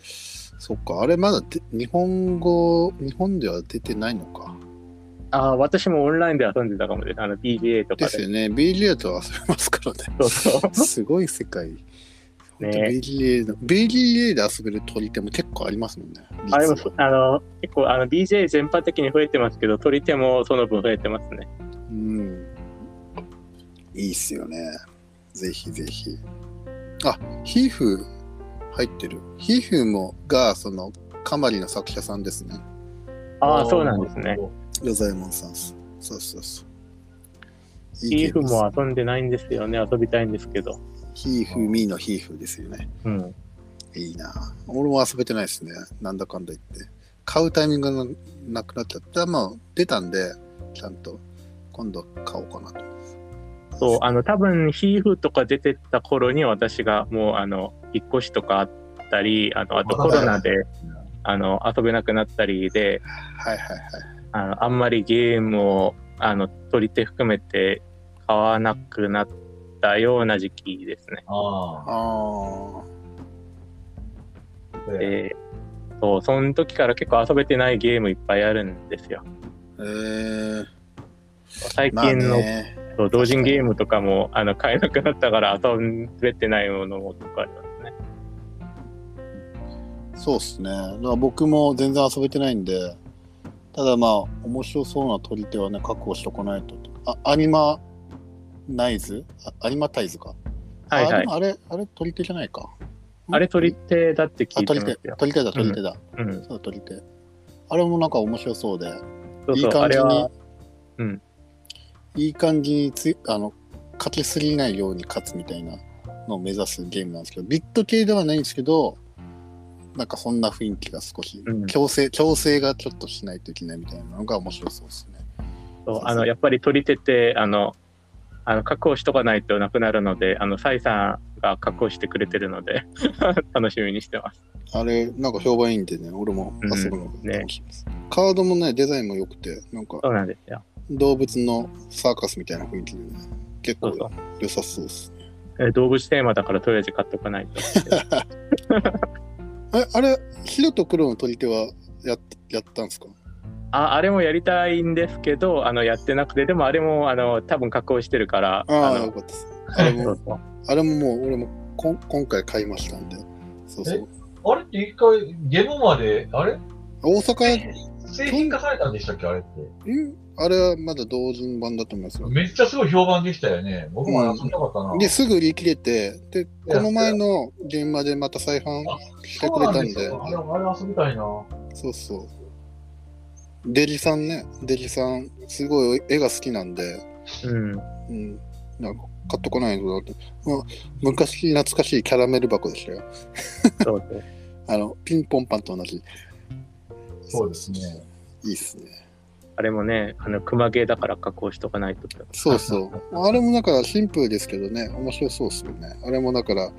Speaker 1: そっか、あれまだで日本語、日本では出てないのか。
Speaker 3: ああ、私もオンラインで遊んでたかもです。あの、PGA とか
Speaker 1: です
Speaker 3: で。
Speaker 1: よね、BGA とは遊べますからね。
Speaker 3: そうそう。
Speaker 1: すごい世界。
Speaker 3: ね
Speaker 1: BGA, の BGA で遊べる鳥手も結構ありますもんね。
Speaker 3: あれも
Speaker 1: 実は
Speaker 3: あの結構あの BJ 全般的に増えてますけど取り手もその分増えてますね
Speaker 1: うん。いいっすよね。ぜひぜひ。あ、ヒーフ入ってる。ヒーフもが、その、かまりの作者さんですね。
Speaker 3: ああそうなんですね。
Speaker 1: よざいもんさんっす。そうそうそう。
Speaker 3: イーフ
Speaker 1: い
Speaker 3: も遊んでないんですよね遊びたいんですけど
Speaker 1: いゲームです。ヒーフ、ミーのヒーフですよね。
Speaker 3: うん
Speaker 1: いいな。俺も遊べてないですね。なんだかんだ言って。買うタイミングがなくなっちゃって、まあ、出たんで、ちゃんと、今度買おうかなと。
Speaker 3: そうあの多分ヒーフとか出てた頃に私がもうあの引っ越しとかあったりあのあとコロナであの遊べなくなったりで
Speaker 1: はいはいはい。
Speaker 3: あのあんまりゲームをあの取り手含めて買わなくなったような時期ですね
Speaker 2: あ
Speaker 1: ああ。
Speaker 2: あ。で
Speaker 3: でそうその時から結構遊べてないゲームいっぱいあるんですよ。
Speaker 1: えー、
Speaker 3: 最
Speaker 1: まあ
Speaker 3: 近の、
Speaker 1: ね、
Speaker 3: そう同人ゲームとかもあの買えなくなったから遊べてないものもとかありますね。
Speaker 1: そうっすね。だから僕も全然遊べてないんで、ただまあ、面白そうな取り手はね、確保しとかないと。あ、アニマナイズあアニマタイズか。
Speaker 3: はい
Speaker 1: あ
Speaker 3: は
Speaker 1: で
Speaker 3: い。
Speaker 1: もあれ、あれ取り手じゃないか。
Speaker 3: あれ取り手だって聞
Speaker 1: あ
Speaker 3: いて
Speaker 1: 取
Speaker 3: ま
Speaker 1: り手
Speaker 3: す、よ。
Speaker 1: 取り手だ、取り手だ。
Speaker 3: うん。
Speaker 1: そう、取り手。あれもなんか面白そうで、
Speaker 3: そう
Speaker 1: いい
Speaker 3: そう、あ
Speaker 1: 感
Speaker 3: れ
Speaker 1: じに
Speaker 3: は、、うん
Speaker 1: いい感じにつあの、勝ちすぎないように勝つみたいなのを目指すゲームなんですけど、ビット系ではないんですけど、なんかそんな雰囲気が少し、
Speaker 3: うん
Speaker 1: 強制、強制がちょっとしないといけないみたいなのが面白そうですね。
Speaker 3: そう
Speaker 1: そう
Speaker 3: あのやっぱり取り手ってあのあの確保しとかないとなくなるので、あのサイさんが確保してくれてるので 楽しみにしてます。
Speaker 1: あれ、なんか評判いいんでね、俺も遊ぶの
Speaker 3: うんね
Speaker 1: 楽しいです。カードもね、デザインも良くて、なんか
Speaker 3: そうなんですよ。
Speaker 1: 動物のサーカスみたいな雰囲気でね、結
Speaker 3: そ
Speaker 1: 構
Speaker 3: うそう。
Speaker 1: 良さそうです。
Speaker 3: え動物テーマだからとりあえず買っとかないと。
Speaker 1: え、あれ、白と黒の取り手はやっやったんですか
Speaker 3: ああれもやりたいんですけどあのやってなくてでもあれもあの多分加工してるから
Speaker 1: ああ、よ
Speaker 3: の
Speaker 1: かったです。あれ
Speaker 3: そ
Speaker 1: も
Speaker 3: う、そう
Speaker 1: あれももう俺もこん今回買いましたんで。そうそう。
Speaker 2: あれって一回、ゲームまで、あれ
Speaker 1: 大阪、
Speaker 2: 製品化されたんでしたっけあれって。
Speaker 1: んあれはまだ同人版だと思いますよ。
Speaker 2: めっちゃすごい評判でしたよね。僕も遊んだかったな。
Speaker 1: で、すぐ売り切れて、で、この前の現場でまた再販して
Speaker 2: そ
Speaker 1: く
Speaker 2: う
Speaker 1: れ
Speaker 2: な
Speaker 1: たん
Speaker 2: です
Speaker 1: で
Speaker 2: よ、あれあれ遊びたいな。
Speaker 1: そうそう。デリさんね、デリさん、すごい絵が好きなんで、
Speaker 3: うん、
Speaker 1: うん、なんか買っとかないとなって、まあ、昔懐かしいキャラメル箱でしたよ。
Speaker 3: そうです
Speaker 1: あの、ピンポンパンと同じ。
Speaker 2: そうですね。
Speaker 1: いいっすね。
Speaker 3: あれもねあの熊毛だから加工しとかないと
Speaker 1: そうそう。あれもだからシンプルですけどね、面白そうですよね。あれもだから、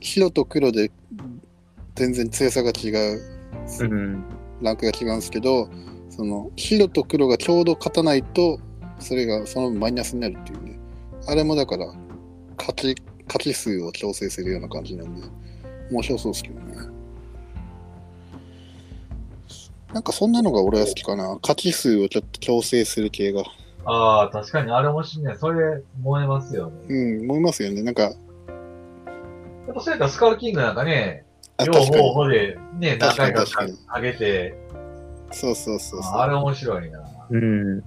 Speaker 1: 白と黒で全然強さが違う、
Speaker 3: うん
Speaker 1: ランクが違うんですけど、その白と黒がちょうど勝たないと、それがその分マイナスになるっていうね。あれもだから、勝ち、勝ち数を調整するような感じなんで、面白そうですけどね。なんかそんなのが俺は好きかな。勝ち数をちょっと調整する系が。
Speaker 2: ああ、確かにあれ面白いね。それ、燃えますよね。
Speaker 1: うん、思いますよね。なんか、
Speaker 2: やっぱそうやったらスカルキングなんかね、
Speaker 1: あ
Speaker 2: 両
Speaker 1: 確かに
Speaker 2: 方法でね、何
Speaker 1: 確かに
Speaker 2: 回か
Speaker 1: 確かに
Speaker 2: 上げて、
Speaker 1: そうそうそうそう。
Speaker 2: ああれ面白いな。
Speaker 3: うん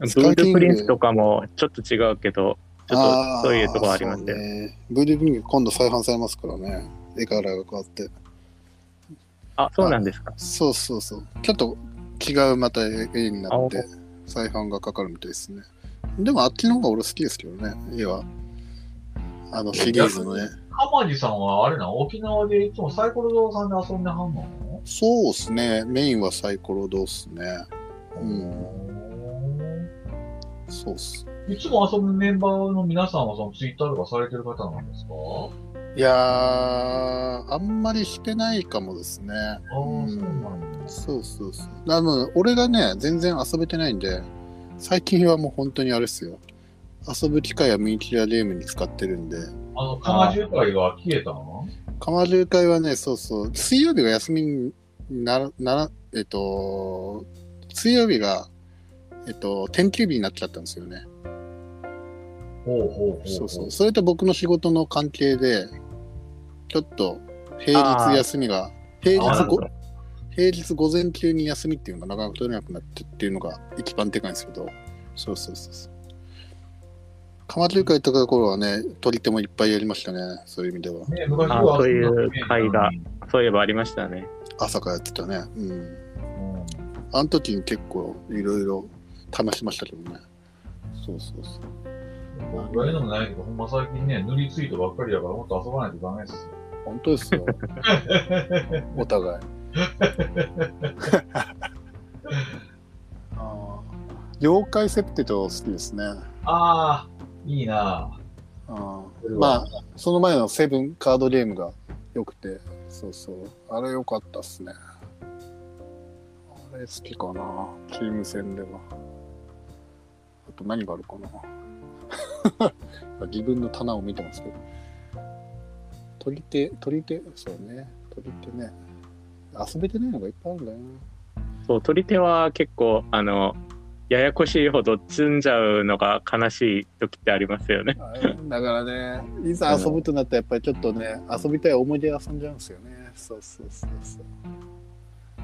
Speaker 3: ブ
Speaker 1: スカ
Speaker 3: ー
Speaker 1: ウティング
Speaker 3: ルプリンスとかもちょっと違うけどちょっ
Speaker 1: あー
Speaker 3: とそういうとこありました
Speaker 1: そう
Speaker 3: よ
Speaker 1: ね。ブルービング今度再販されますからね。絵柄が変わって。
Speaker 3: あそうなんですか
Speaker 1: そうそうそう。ちょっと違うまた絵になって、再販がかかるみたいですね。でもあっちの方が俺好きですけどね、絵は。あのシリーズのね。
Speaker 2: 浜地さんはあれな、沖縄でいつもサイコロ堂さんで遊んではんの
Speaker 1: そうっすね。メインはサイコロドっすね。そうっす。
Speaker 2: いつも遊ぶメンバーの皆さんはそのツイッターとかされてる方なんですか
Speaker 1: いやー、あんまりしてないかもですね。
Speaker 2: ああ、そうなんだ。
Speaker 1: そうそうそう。なので、俺がね、全然遊べてないんで、最近はもう本当にあれっすよ。遊ぶ機会はミニチュアゲームに使ってるんで。
Speaker 2: あの、釜渋会が消えたの
Speaker 1: 釜流会はね、そうそう、水曜日が休みになら、なら、えっと、水曜日が、えっと、天休日になっちゃったんですよね。
Speaker 2: ほうほうほうほう。
Speaker 1: そうそう。それと僕の仕事の関係で、ちょっと、平日休みが、平
Speaker 2: あ
Speaker 1: 日
Speaker 2: ー
Speaker 1: ご、平日午前中に休みっていうのがなかなか取れなくなってっていうのが一番でかいんですけど、そうそうそうそう。釜流会とかの頃はね、取り手もいっぱいやりましたね、そういう意味では。
Speaker 2: ね、昔
Speaker 3: あ
Speaker 2: は
Speaker 3: そういう
Speaker 2: そんな経緯
Speaker 3: 会が
Speaker 2: なのに。
Speaker 3: そういえばありましたね。
Speaker 1: 朝からやってたね。うん。あの時に結構いろいろ試しましたけどね。そうそうそう。
Speaker 2: うん僕が言うのもないけど、ほんま最近ね、塗りツイートばっかりだから、もっと遊ばないとダメですよ。
Speaker 1: 本当ですよ。お互い。あー妖怪セプテト好きですね。
Speaker 2: ああ、いいなぁ。
Speaker 1: あーまあ、その前のセブンカードゲームが良くて、そうそう。あれ良かったっすね。あれ好きかな。チーム戦では。あと何があるかな。 自分の棚を見てますけど。取り手、取り手、そうね。取り手ね。遊べてないのがいっぱいあるんだよな。
Speaker 3: そう取り手は結構あのややこしいほど詰んじゃうのが悲しい時ってありますよね。
Speaker 1: あれだからね、いざ遊ぶとなったらやっぱりちょっとね、遊びたい思い出で遊んじゃうんですよね。そうそうそうそ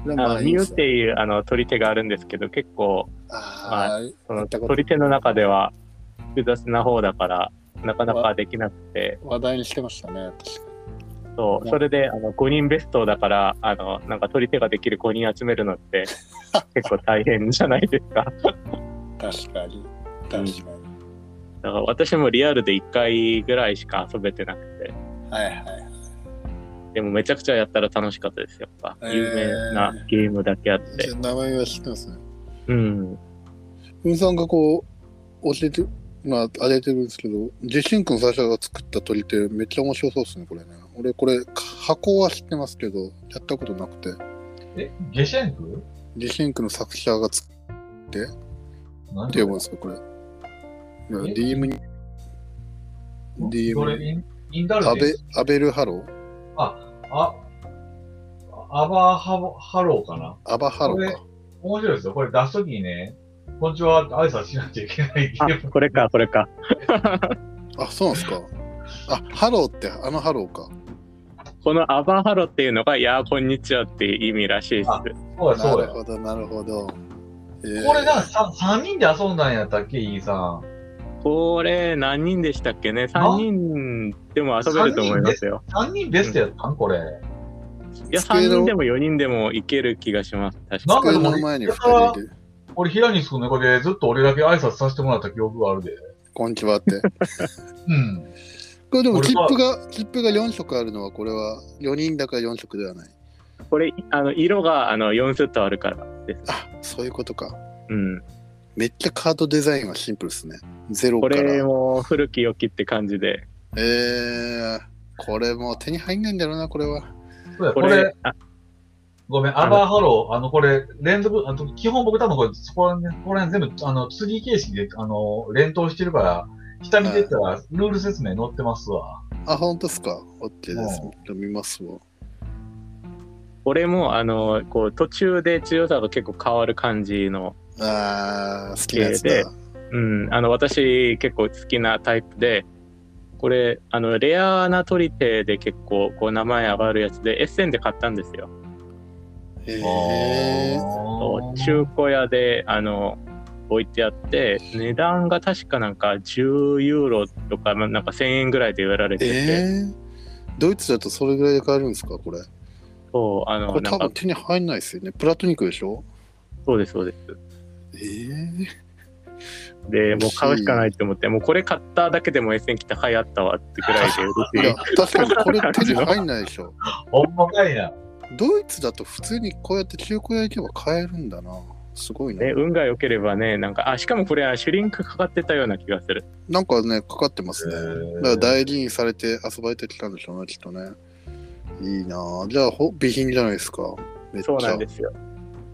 Speaker 1: う。でも
Speaker 3: あ
Speaker 1: ま
Speaker 3: の
Speaker 1: あ
Speaker 3: ミュっ
Speaker 1: いいんです
Speaker 3: て
Speaker 1: よ
Speaker 3: いうあの取り手があるんですけど結構
Speaker 1: あー
Speaker 3: そ
Speaker 1: や
Speaker 3: の
Speaker 1: ったこと
Speaker 3: 取り手の中では複雑な方だからなかなかできなくて
Speaker 1: 話題にしてましたね、確か
Speaker 3: そうそれであの5人ベストだからあのなんか取り手ができる5人集めるのって 結構大変じゃないですか。
Speaker 1: に。確かに。確か
Speaker 3: だから私もリアルで1回ぐらいしか遊べてなくて
Speaker 1: に。はいはい。
Speaker 3: でもめちゃくちゃやったら楽しかったですやっぱ
Speaker 1: えー
Speaker 3: 有名なゲームだけあって、
Speaker 1: じゃあ名前は知ってますね。
Speaker 3: うん
Speaker 1: うんさんがこう、教えて、まあ、あげてるんですけど、ジェシン君最初が作った鳥ってめっちゃ面白そうですね、これね。俺、これ、箱は知ってますけど、やったことなくて、
Speaker 2: え、ゲシェンク
Speaker 1: ジェシン君の作者が作っ
Speaker 2: 何
Speaker 1: って呼ぶんですか、これ。いや DM に。
Speaker 2: これ
Speaker 1: DM に。
Speaker 2: イン、インダ
Speaker 1: ア
Speaker 2: ル
Speaker 1: ベ
Speaker 2: テ
Speaker 1: アベルハロー
Speaker 2: あ、アバーハボハローかな
Speaker 1: アバハローか。
Speaker 2: 面白いですよ。これ出すときにね、こんにちはって挨拶しなきゃいけない
Speaker 3: あ
Speaker 2: ゲーム。
Speaker 3: これかこれか
Speaker 1: あ、そうなんですか。あ、ハローってあのハローか。
Speaker 3: このアバハロっていうのが「いやーこんにちは」っていう意味らしいです
Speaker 2: あそうや、
Speaker 1: な
Speaker 2: そう
Speaker 1: る
Speaker 2: や。
Speaker 1: ほど、なるほど。えー
Speaker 2: これな、さ3人で遊んだんやったっけ、イーさん。
Speaker 3: これ何人でしたっけね3人でも遊べると思いますよ
Speaker 2: 3人ベストやったんこれ。
Speaker 3: いや
Speaker 1: 机
Speaker 3: 3
Speaker 1: の
Speaker 3: 人でも4人でもいける気がします確か
Speaker 2: なんか
Speaker 1: 机
Speaker 2: でも
Speaker 1: の前に二人いる。
Speaker 2: 俺、平西君の横でずっと俺だけ挨拶させてもらった記憶があるで。
Speaker 1: こんにちはっ て。
Speaker 2: うん。
Speaker 1: これでも
Speaker 2: 俺
Speaker 1: 切
Speaker 2: は
Speaker 1: 符が、切符が4色あるのは、これは4人だから4色ではない。
Speaker 3: これあの色があの4セットあるからです
Speaker 1: あ、そういうことか。
Speaker 3: うん
Speaker 1: めっちゃカードデザインはシンプルですね。ゼロ
Speaker 3: こ
Speaker 1: から。
Speaker 3: れも古き良きって感じで
Speaker 1: えー、これもう手に入んないんだろうな、これは。
Speaker 2: そうや、こ
Speaker 3: こ
Speaker 2: れ
Speaker 3: れ、あ
Speaker 2: ごめん、アバーハロー、あの、これ、連続、あの基本僕多分これ、そこら辺、ここら辺全部、あの、ツリー形式で、あの、連投してるから、下見てたら、ルール説明載ってますわ。
Speaker 1: あ、本当ですか。OK です
Speaker 2: うん。
Speaker 1: じゃあ見ますわ。
Speaker 3: これもあのこう途中で強さが結構変わる感じの
Speaker 1: あー、好きなやつだ。
Speaker 3: でうん、あの私結構好きなタイプでこれあのレアな取り手で結構こう名前上がるやつでエッセンで買ったんですよ
Speaker 1: へー。
Speaker 2: あー
Speaker 3: 中古屋であの置いてあって値段が確かなんか10ユーロとかまあなんか1000円ぐらいで売られてて、
Speaker 1: えー、ドイツだとそれぐらいで買えるんですか、これ。
Speaker 3: そうあ
Speaker 1: これ
Speaker 3: のな
Speaker 1: 多
Speaker 3: んか
Speaker 1: 分手に入んないですよね。プラトニックでしょ
Speaker 3: そうですそうです
Speaker 1: えー、
Speaker 3: でもう買うしかないと思ってもうこれ買っただけでもエッセン機高いあったわってぐらいで
Speaker 1: い
Speaker 3: 嬉し
Speaker 1: や
Speaker 3: い
Speaker 1: 確かにこれ手に入んないでしょ。
Speaker 2: ほんまかいな。
Speaker 1: ドイツだと普通にこうやって中古屋行けば買えるんだな。すごい
Speaker 3: ね、
Speaker 1: ね。
Speaker 3: 運が良ければね、なんか、あ、しかもこれはシュリンクかかってたような気がする。
Speaker 1: なんかね、かかってますね。
Speaker 2: へー
Speaker 1: だから大事にされて遊ばれてきたんでしょうね、きっとね。いいなぁ。じゃあ、ほ備品じゃないですか。めっちゃ。
Speaker 3: そうなんですよ。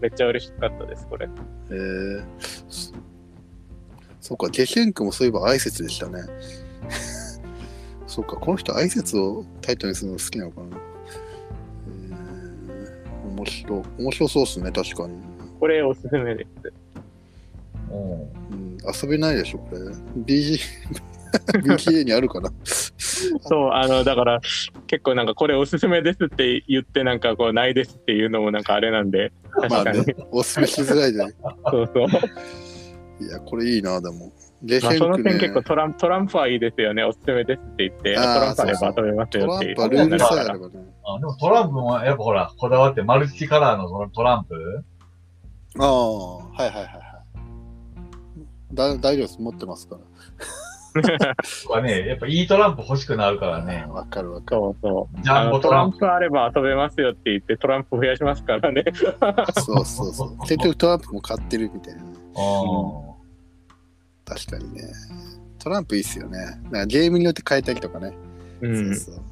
Speaker 3: めっちゃ嬉しかったです、これ。
Speaker 1: へーそそうか、ゲシェンクもそういえば挨拶でしたね。 そうか、この人挨拶をタイトルにするの好きなのかな。へー面白い、面白そうですね、確かに。
Speaker 3: これおすすめです。
Speaker 2: うん。
Speaker 1: うん、遊べないでしょ、これ。BG、BGA にあるかな。
Speaker 3: そう、あの、だから、結構なんか、これおすすめですって言って、なんか、こう、ないですっていうのもなんかあれなんで、確
Speaker 1: まあ
Speaker 3: かに。
Speaker 1: ね、おすすめしづらいじゃない。
Speaker 3: そうそう。
Speaker 1: いや、これいいな、でも。ゲシ
Speaker 3: まあ、そ
Speaker 1: ェ
Speaker 3: の
Speaker 1: ンクね
Speaker 3: 点、結構トランプ、トランプはいいですよね、おすすめですって言って、
Speaker 1: あー
Speaker 3: トランプあれ
Speaker 1: そう
Speaker 3: ば
Speaker 1: そ
Speaker 3: 遊べます
Speaker 1: ト
Speaker 3: よ
Speaker 1: ラ
Speaker 3: ってい
Speaker 1: ン
Speaker 3: う。
Speaker 1: プはルール
Speaker 3: だか
Speaker 1: さえ
Speaker 3: ら
Speaker 1: あればね。
Speaker 2: あでもトランプもやっぱほら、こだわってマルチカラーのそのトランプ
Speaker 1: ああ、はいはいはいはい。だ大丈夫です、持ってますから。
Speaker 2: はね、やっぱいいトランプ欲しくなるからね。
Speaker 1: わかるわかる。
Speaker 3: そうそう。
Speaker 2: ジ
Speaker 3: あ
Speaker 2: ャン
Speaker 3: の
Speaker 2: ボ
Speaker 3: ト
Speaker 2: ト
Speaker 3: ラ
Speaker 2: ラ
Speaker 3: ン
Speaker 2: ン
Speaker 3: プ
Speaker 2: プ。
Speaker 3: あれば遊べますよって言って、トランプ増やしますからね。
Speaker 1: そうそう そう。結局トランプも買ってるみたいな。
Speaker 2: う
Speaker 1: 確かにね。トランプいいっすよね。なんかゲームによって変えたりとかね。
Speaker 3: うん。
Speaker 1: そうそう。いい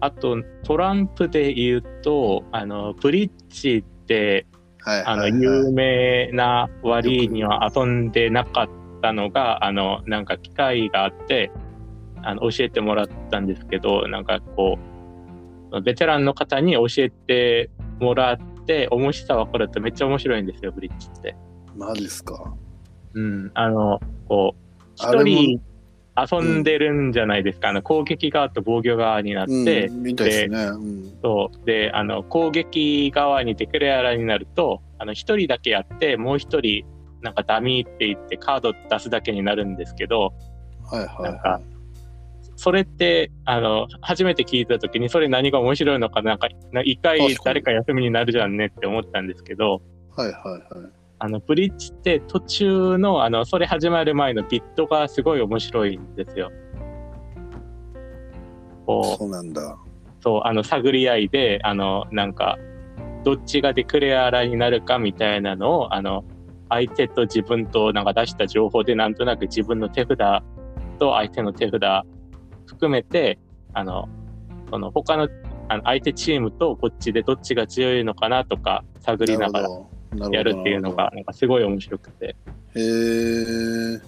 Speaker 3: あと、トランプで言うと、あの、ブリッジって、
Speaker 1: はい
Speaker 3: あ
Speaker 1: は
Speaker 3: の、
Speaker 1: いは
Speaker 3: 有
Speaker 1: い。
Speaker 3: 名な割には遊んでなかったのが、あの、なんか機会があって、あの、教えてもらったんですけど、なんかこう、ベテランの方に教えてもらって、面白さ分かるとめっちゃ面白いんですよ、ブリッジって。
Speaker 1: マジっすか。
Speaker 3: うん。あの、こう、
Speaker 1: あれも
Speaker 3: 一人遊んでるんじゃないですか。あの、攻撃側と防御側になって、
Speaker 1: うん、みたいですね。うん。
Speaker 3: そうであの攻撃側にデクレアラになるとあの1人だけやってもう1人なんかダミーって言ってカード出すだけになるんですけど
Speaker 1: はいはい
Speaker 3: なんか
Speaker 1: は
Speaker 3: それってあの初めて聞いた時にそれ何が面白いのかなんかな一回
Speaker 1: 確か
Speaker 3: 誰
Speaker 1: に
Speaker 3: か休みになるじゃんねって思ったんですけど
Speaker 1: い。はいはいはい。
Speaker 3: あのブリッジって途中のあのそれ始まる前のビットがすごい面白いんですよ。こう
Speaker 1: そうなんだ。
Speaker 3: そうあの探り合いであのなんかどっちがデクレアラになるかみたいなのをあの相手と自分となんか出した情報でなんとなく自分の手札と相手の手札含めてあのその他のあの相手チームとこっちでどっちが強いのかなとか探りながら
Speaker 1: な
Speaker 3: やるっていうのが。なんかすごい面白くて
Speaker 1: へえ。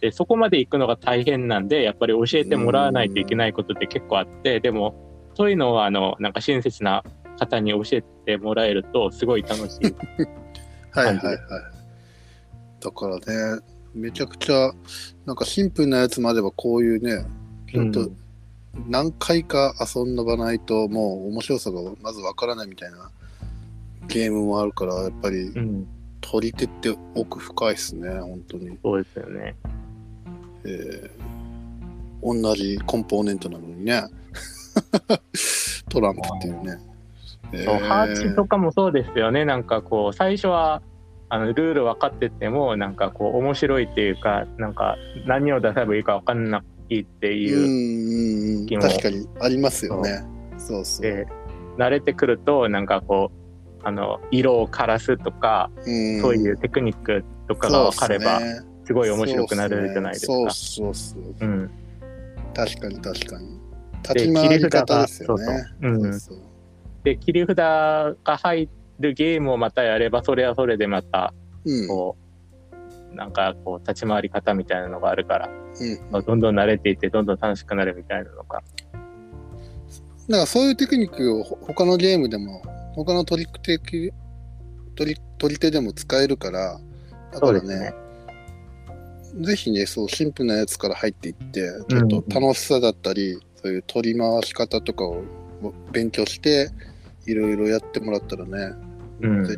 Speaker 3: でそこまで行くのが大変なんでやっぱり教えてもらわないといけないことって結構あってでもそういうのはあのなんか親切な方に教えてもらえるとすごい楽しい
Speaker 1: はいはい
Speaker 3: 感じ
Speaker 1: は
Speaker 3: で
Speaker 1: い。だからね、めちゃくちゃ、なんかシンプルなやつまではこういうね、ちょっ
Speaker 3: う
Speaker 1: と
Speaker 3: ん
Speaker 1: 何回か遊んどかないと、もう面白さがまずわからないみたいなゲームもあるから、やっぱり
Speaker 3: うん、
Speaker 1: 取り手って奥深いっすね、本当に。
Speaker 3: そうですよね
Speaker 1: えー同じコンポーネントなのにね。 トランプっていうね。え
Speaker 3: そうハーチとかもそうですよねなんかこう最初はあのルール分かっててもなんかこう面白いっていうかなんか何を出せばいいか分かんないってい
Speaker 1: うんう
Speaker 3: う、
Speaker 1: んうん、
Speaker 3: 気も
Speaker 1: 確かにありますよね。そうそう。
Speaker 3: で慣れてくるとなんかこうあの色を枯らすとか、
Speaker 1: うん
Speaker 3: そういうテクニックとかが分かれば、
Speaker 1: す
Speaker 3: すごい面白くなるじゃないですか。
Speaker 1: そうそうそうそう。
Speaker 3: うん、
Speaker 1: 確かに確かに。立
Speaker 3: で
Speaker 1: ち回り方ですよね。
Speaker 3: そうそううん
Speaker 1: そうそう
Speaker 3: で切り札が入るゲームをまたやればそれはそれでまた
Speaker 1: うん
Speaker 3: こう、なんかこう立ち回り方みたいなのがあるから、
Speaker 1: うん
Speaker 3: まあどんどん慣れていってどんどん楽しくなるみたいなのが
Speaker 1: だからそういうテクニックをほ他のゲームでも他の取り手取り取り手でも使えるからだからねぜひねそうシンプルなやつから入っていってちょっと楽しさだったり、そういう取り回し方とかを勉強していろいろやってもらったらね、
Speaker 3: うん
Speaker 1: で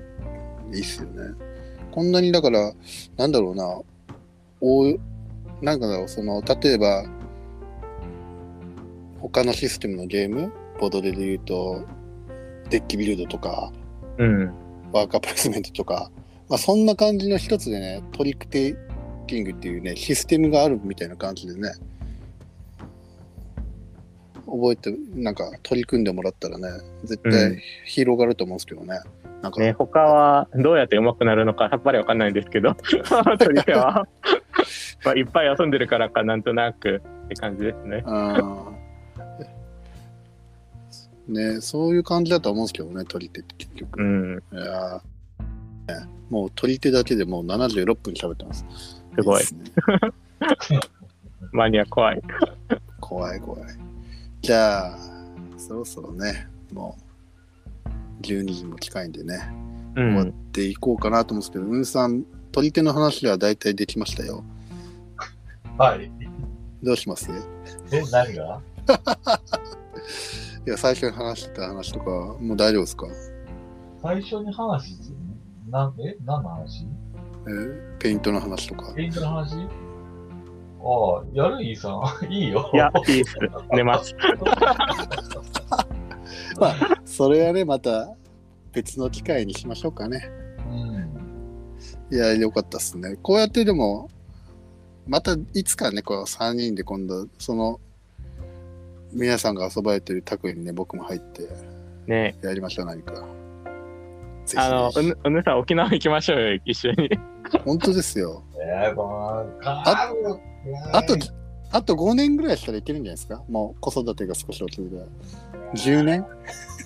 Speaker 1: いいっすよね。こんなにだから、なんだろうな、おなんかだろう、その、例えば、他のシステムのゲーム、ボードで言うと、デッキビルドとか、
Speaker 3: うん
Speaker 1: ワーカープレイスメントとか、まあ、そんな感じの一つでね、トリックテイキングっていうね、システムがあるみたいな感じでね、覚えて、なんか取り組んでもらったらね、絶
Speaker 3: う
Speaker 1: 対広がると思うんですけどね。なんか、
Speaker 3: ね、他はどうやって上手くなるのかさっぱりわかんないんですけど、 鳥手は、 まあ、いっぱい遊んでるからか、なんとなくって感じですね。
Speaker 1: あーねそういう感じだとは思うんですけどね、取り手って結局。
Speaker 3: うん、
Speaker 1: いやーねもう取り手だけでもう76分喋ってます。
Speaker 3: すごい
Speaker 1: で。ね
Speaker 3: マニア怖い。
Speaker 1: 怖い怖い。じゃあ、そろそろね、もう、12時も近いんでね、
Speaker 3: う
Speaker 1: 終わ
Speaker 3: ん
Speaker 1: っ。ていこうかなと思うんですけど、うんさん、取り手の話は大体できましたよ。
Speaker 2: はい。
Speaker 1: どうします
Speaker 2: え、何が
Speaker 1: いや、最初に話してた話とか、もう大丈夫ですか
Speaker 2: 最初に話ですよね。なんえ何の話
Speaker 1: えーペイントの話とか。
Speaker 2: ペイントの話ああ、やるいいさん。 いいよ。
Speaker 3: いや、いいっす。寝ます。
Speaker 1: まあ、それはね、また別の機会にしましょうかね。
Speaker 2: うん。
Speaker 1: いや、よかったっすね。こうやってでも、またいつかね、こう3人で今度、その、皆さんが遊ばれてる卓にね、僕も入って
Speaker 3: ね
Speaker 1: やりましょう、何か。ぜひ
Speaker 3: あの、うぬ、うぬさん、沖縄行きましょうよ、一緒に。
Speaker 1: 本当ですよ。
Speaker 2: えー、ばーか
Speaker 1: あ
Speaker 2: ー
Speaker 1: あと、あと5年ぐらいしたらいけるんじゃないですかもう子育てが少し落ちるぐらい。10年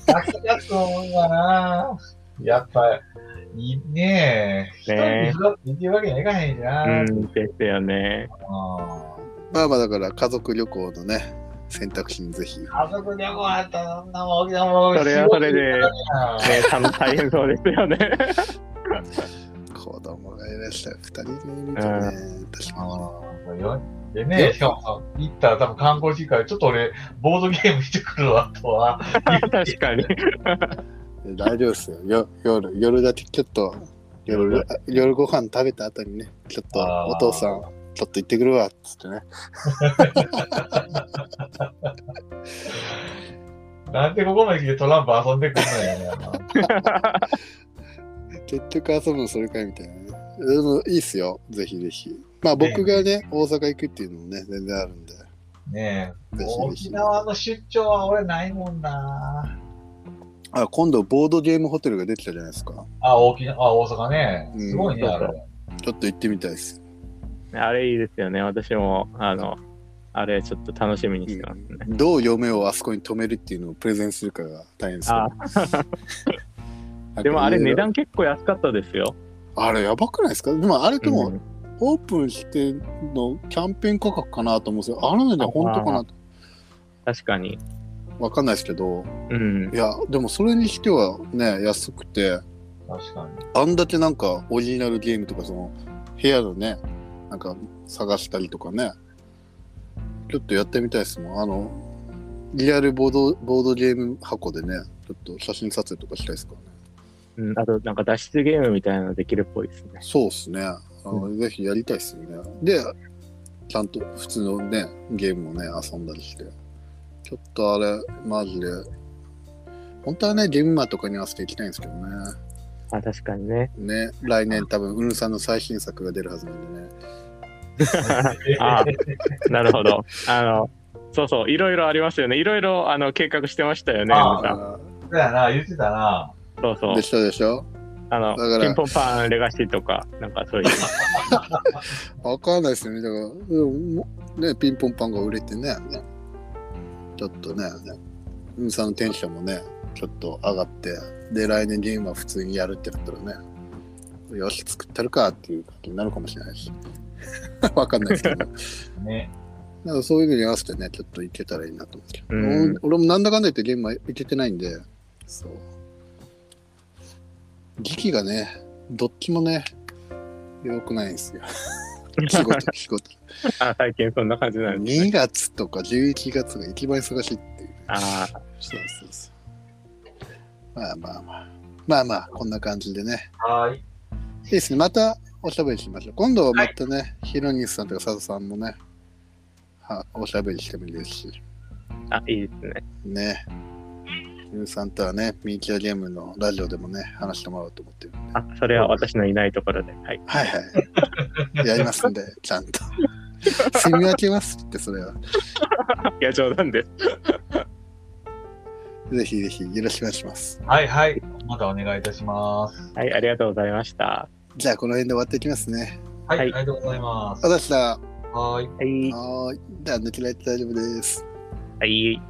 Speaker 2: 先だと思うわな。やっぱ、いいねえ。
Speaker 3: ねえ
Speaker 2: 一人で育っていけるわけにはいかへんしな。
Speaker 3: うん、ですよね。
Speaker 2: あ
Speaker 1: まあまあだから家族旅行のね、選択肢にぜひ。
Speaker 2: あ家族旅行あったら、そんなもん、沖縄も
Speaker 3: それはそれで
Speaker 2: 仕事に行かなきゃ
Speaker 3: ね、た大変そうですよね。
Speaker 1: 子供がいらっしゃる2人でいるとね、私も
Speaker 2: うんよでね、しかも行ったら多分観光地から、ちょっと俺、ボードゲームしてくるわとは、
Speaker 3: 確かに。
Speaker 1: ね大丈夫ですよよ。夜、夜だけちょっと夜、あ夜ご飯食べた後にね、ちょっと
Speaker 2: あー
Speaker 1: お父さん、ちょっと行ってくるわっつってね。
Speaker 2: なんでここまで来てトランプ遊んでくるのやね。
Speaker 1: 結局遊ぶのそれかいみたいなね。でもいいっすよ、ぜひぜひ。まあ僕がね、大阪行くっていうのもね、全然あるんで。
Speaker 2: ねえ、
Speaker 1: ぜひぜひ
Speaker 2: 沖縄の出張は俺ないもんな。
Speaker 1: あ、今度ボードゲームホテルができたじゃないですか。
Speaker 2: あ、沖縄、あ、大阪ね。
Speaker 1: うん
Speaker 2: すごいね、あれ。
Speaker 1: ちょっと行ってみたいです。
Speaker 3: あれいいですよね。私も、あの、あれちょっと楽しみにしてますね。
Speaker 1: どう嫁をあそこに止めるっていうのをプレゼンするかが大変ですよ
Speaker 3: あ でもあれ値段結構安かったですよ。
Speaker 1: あれやばくないですかでもあれで
Speaker 3: う
Speaker 1: も
Speaker 3: ん
Speaker 1: オープンしてのキャンペーン価格かなと思うんですよ。あの値段本当かなと
Speaker 3: 確かに。
Speaker 1: わかんないですけど、
Speaker 3: うん
Speaker 1: い。や、でもそれにしてはね、安くて、
Speaker 2: 確かに。
Speaker 1: あんだけなんかオリジナルゲームとか、その部屋のね、なんか探したりとかね、ちょっとやってみたいですもん。あの、リアルボードボードゲーム箱でね、ちょっと写真撮影とかしたいですからね。
Speaker 3: うん、あと、なんか脱出ゲームみたいなのできるっぽいですね。
Speaker 1: そうですね。あのぜひやりたいですよね。で、ちゃんと普通のね、ゲームをね、遊んだりして。ちょっとあれ、マジで。本当はね、ゲームマーとかに合わせていきたいんですけどね。
Speaker 3: あ、確かにね。
Speaker 1: ね、来年多分、ウルさんの最新作が出るはずなんでね。
Speaker 3: あなるほど。あの、そうそう、いろいろありますよね。いろいろ、あの、計画してましたよね、
Speaker 2: あ
Speaker 3: 皆さん
Speaker 1: あ
Speaker 2: そうやな、言ってたな。
Speaker 3: そうそ
Speaker 1: ー
Speaker 3: う
Speaker 1: で。しょでしょ
Speaker 3: あ
Speaker 1: だ
Speaker 3: の
Speaker 1: か、ら
Speaker 3: ピンポンパンレガシーとか、なんかそういう。
Speaker 1: わかんないですよね。だから、うんもね、ピンポンパンが売れてね。ちょっとね、ウルさんのテンションもね、ちょっと上がって、で、来年ゲームは普通にやるってなったらね、よし、作ってるかっていう感じになるかもしれないし。 わかんないですけど。
Speaker 2: ね。
Speaker 1: なんかそういうのに合わせてね、ちょっといけたらいいなと思って。
Speaker 3: うん
Speaker 1: 俺俺もなんだかんだ言って現場行けてないんで、そう。時期がね、どっちもね、良くないん ですよ。仕事、仕事。
Speaker 3: あ、最近そんな感じなんですね。
Speaker 1: 2月とか11月が一番忙しいっていう。
Speaker 3: あ
Speaker 1: そうそうそう。まあまあまあ。まあまあ、こんな感じでね。
Speaker 2: はーい。
Speaker 1: いいですね。またおしゃべりしましょう。今度はまたね、ヒロニスさんとか佐藤さんもね、はおしゃべりしてもいいですし。
Speaker 3: あ、いいですね。
Speaker 1: ね。ゆうさんとはね、ミーキャゲームのラジオでもね、話してもらおうと思ってるんで。
Speaker 3: あ、それは私のいないところで。はい。
Speaker 1: はいはい。やりますんで、 ちゃんと。すみ分けますって、それは。
Speaker 3: いや、冗談です。
Speaker 1: ぜひぜひよろしくお願いします。
Speaker 2: はいはい。またお願いいたします。
Speaker 3: はい、ありがとうございました。
Speaker 1: じゃあこの辺で終わっていきますね。
Speaker 2: はい、
Speaker 3: はい
Speaker 2: ありがとうございま
Speaker 1: あ
Speaker 2: す。
Speaker 1: ざした。は
Speaker 2: はーい。
Speaker 3: はい。
Speaker 1: ーい。じゃあ抜けられて大丈夫です。
Speaker 3: はい。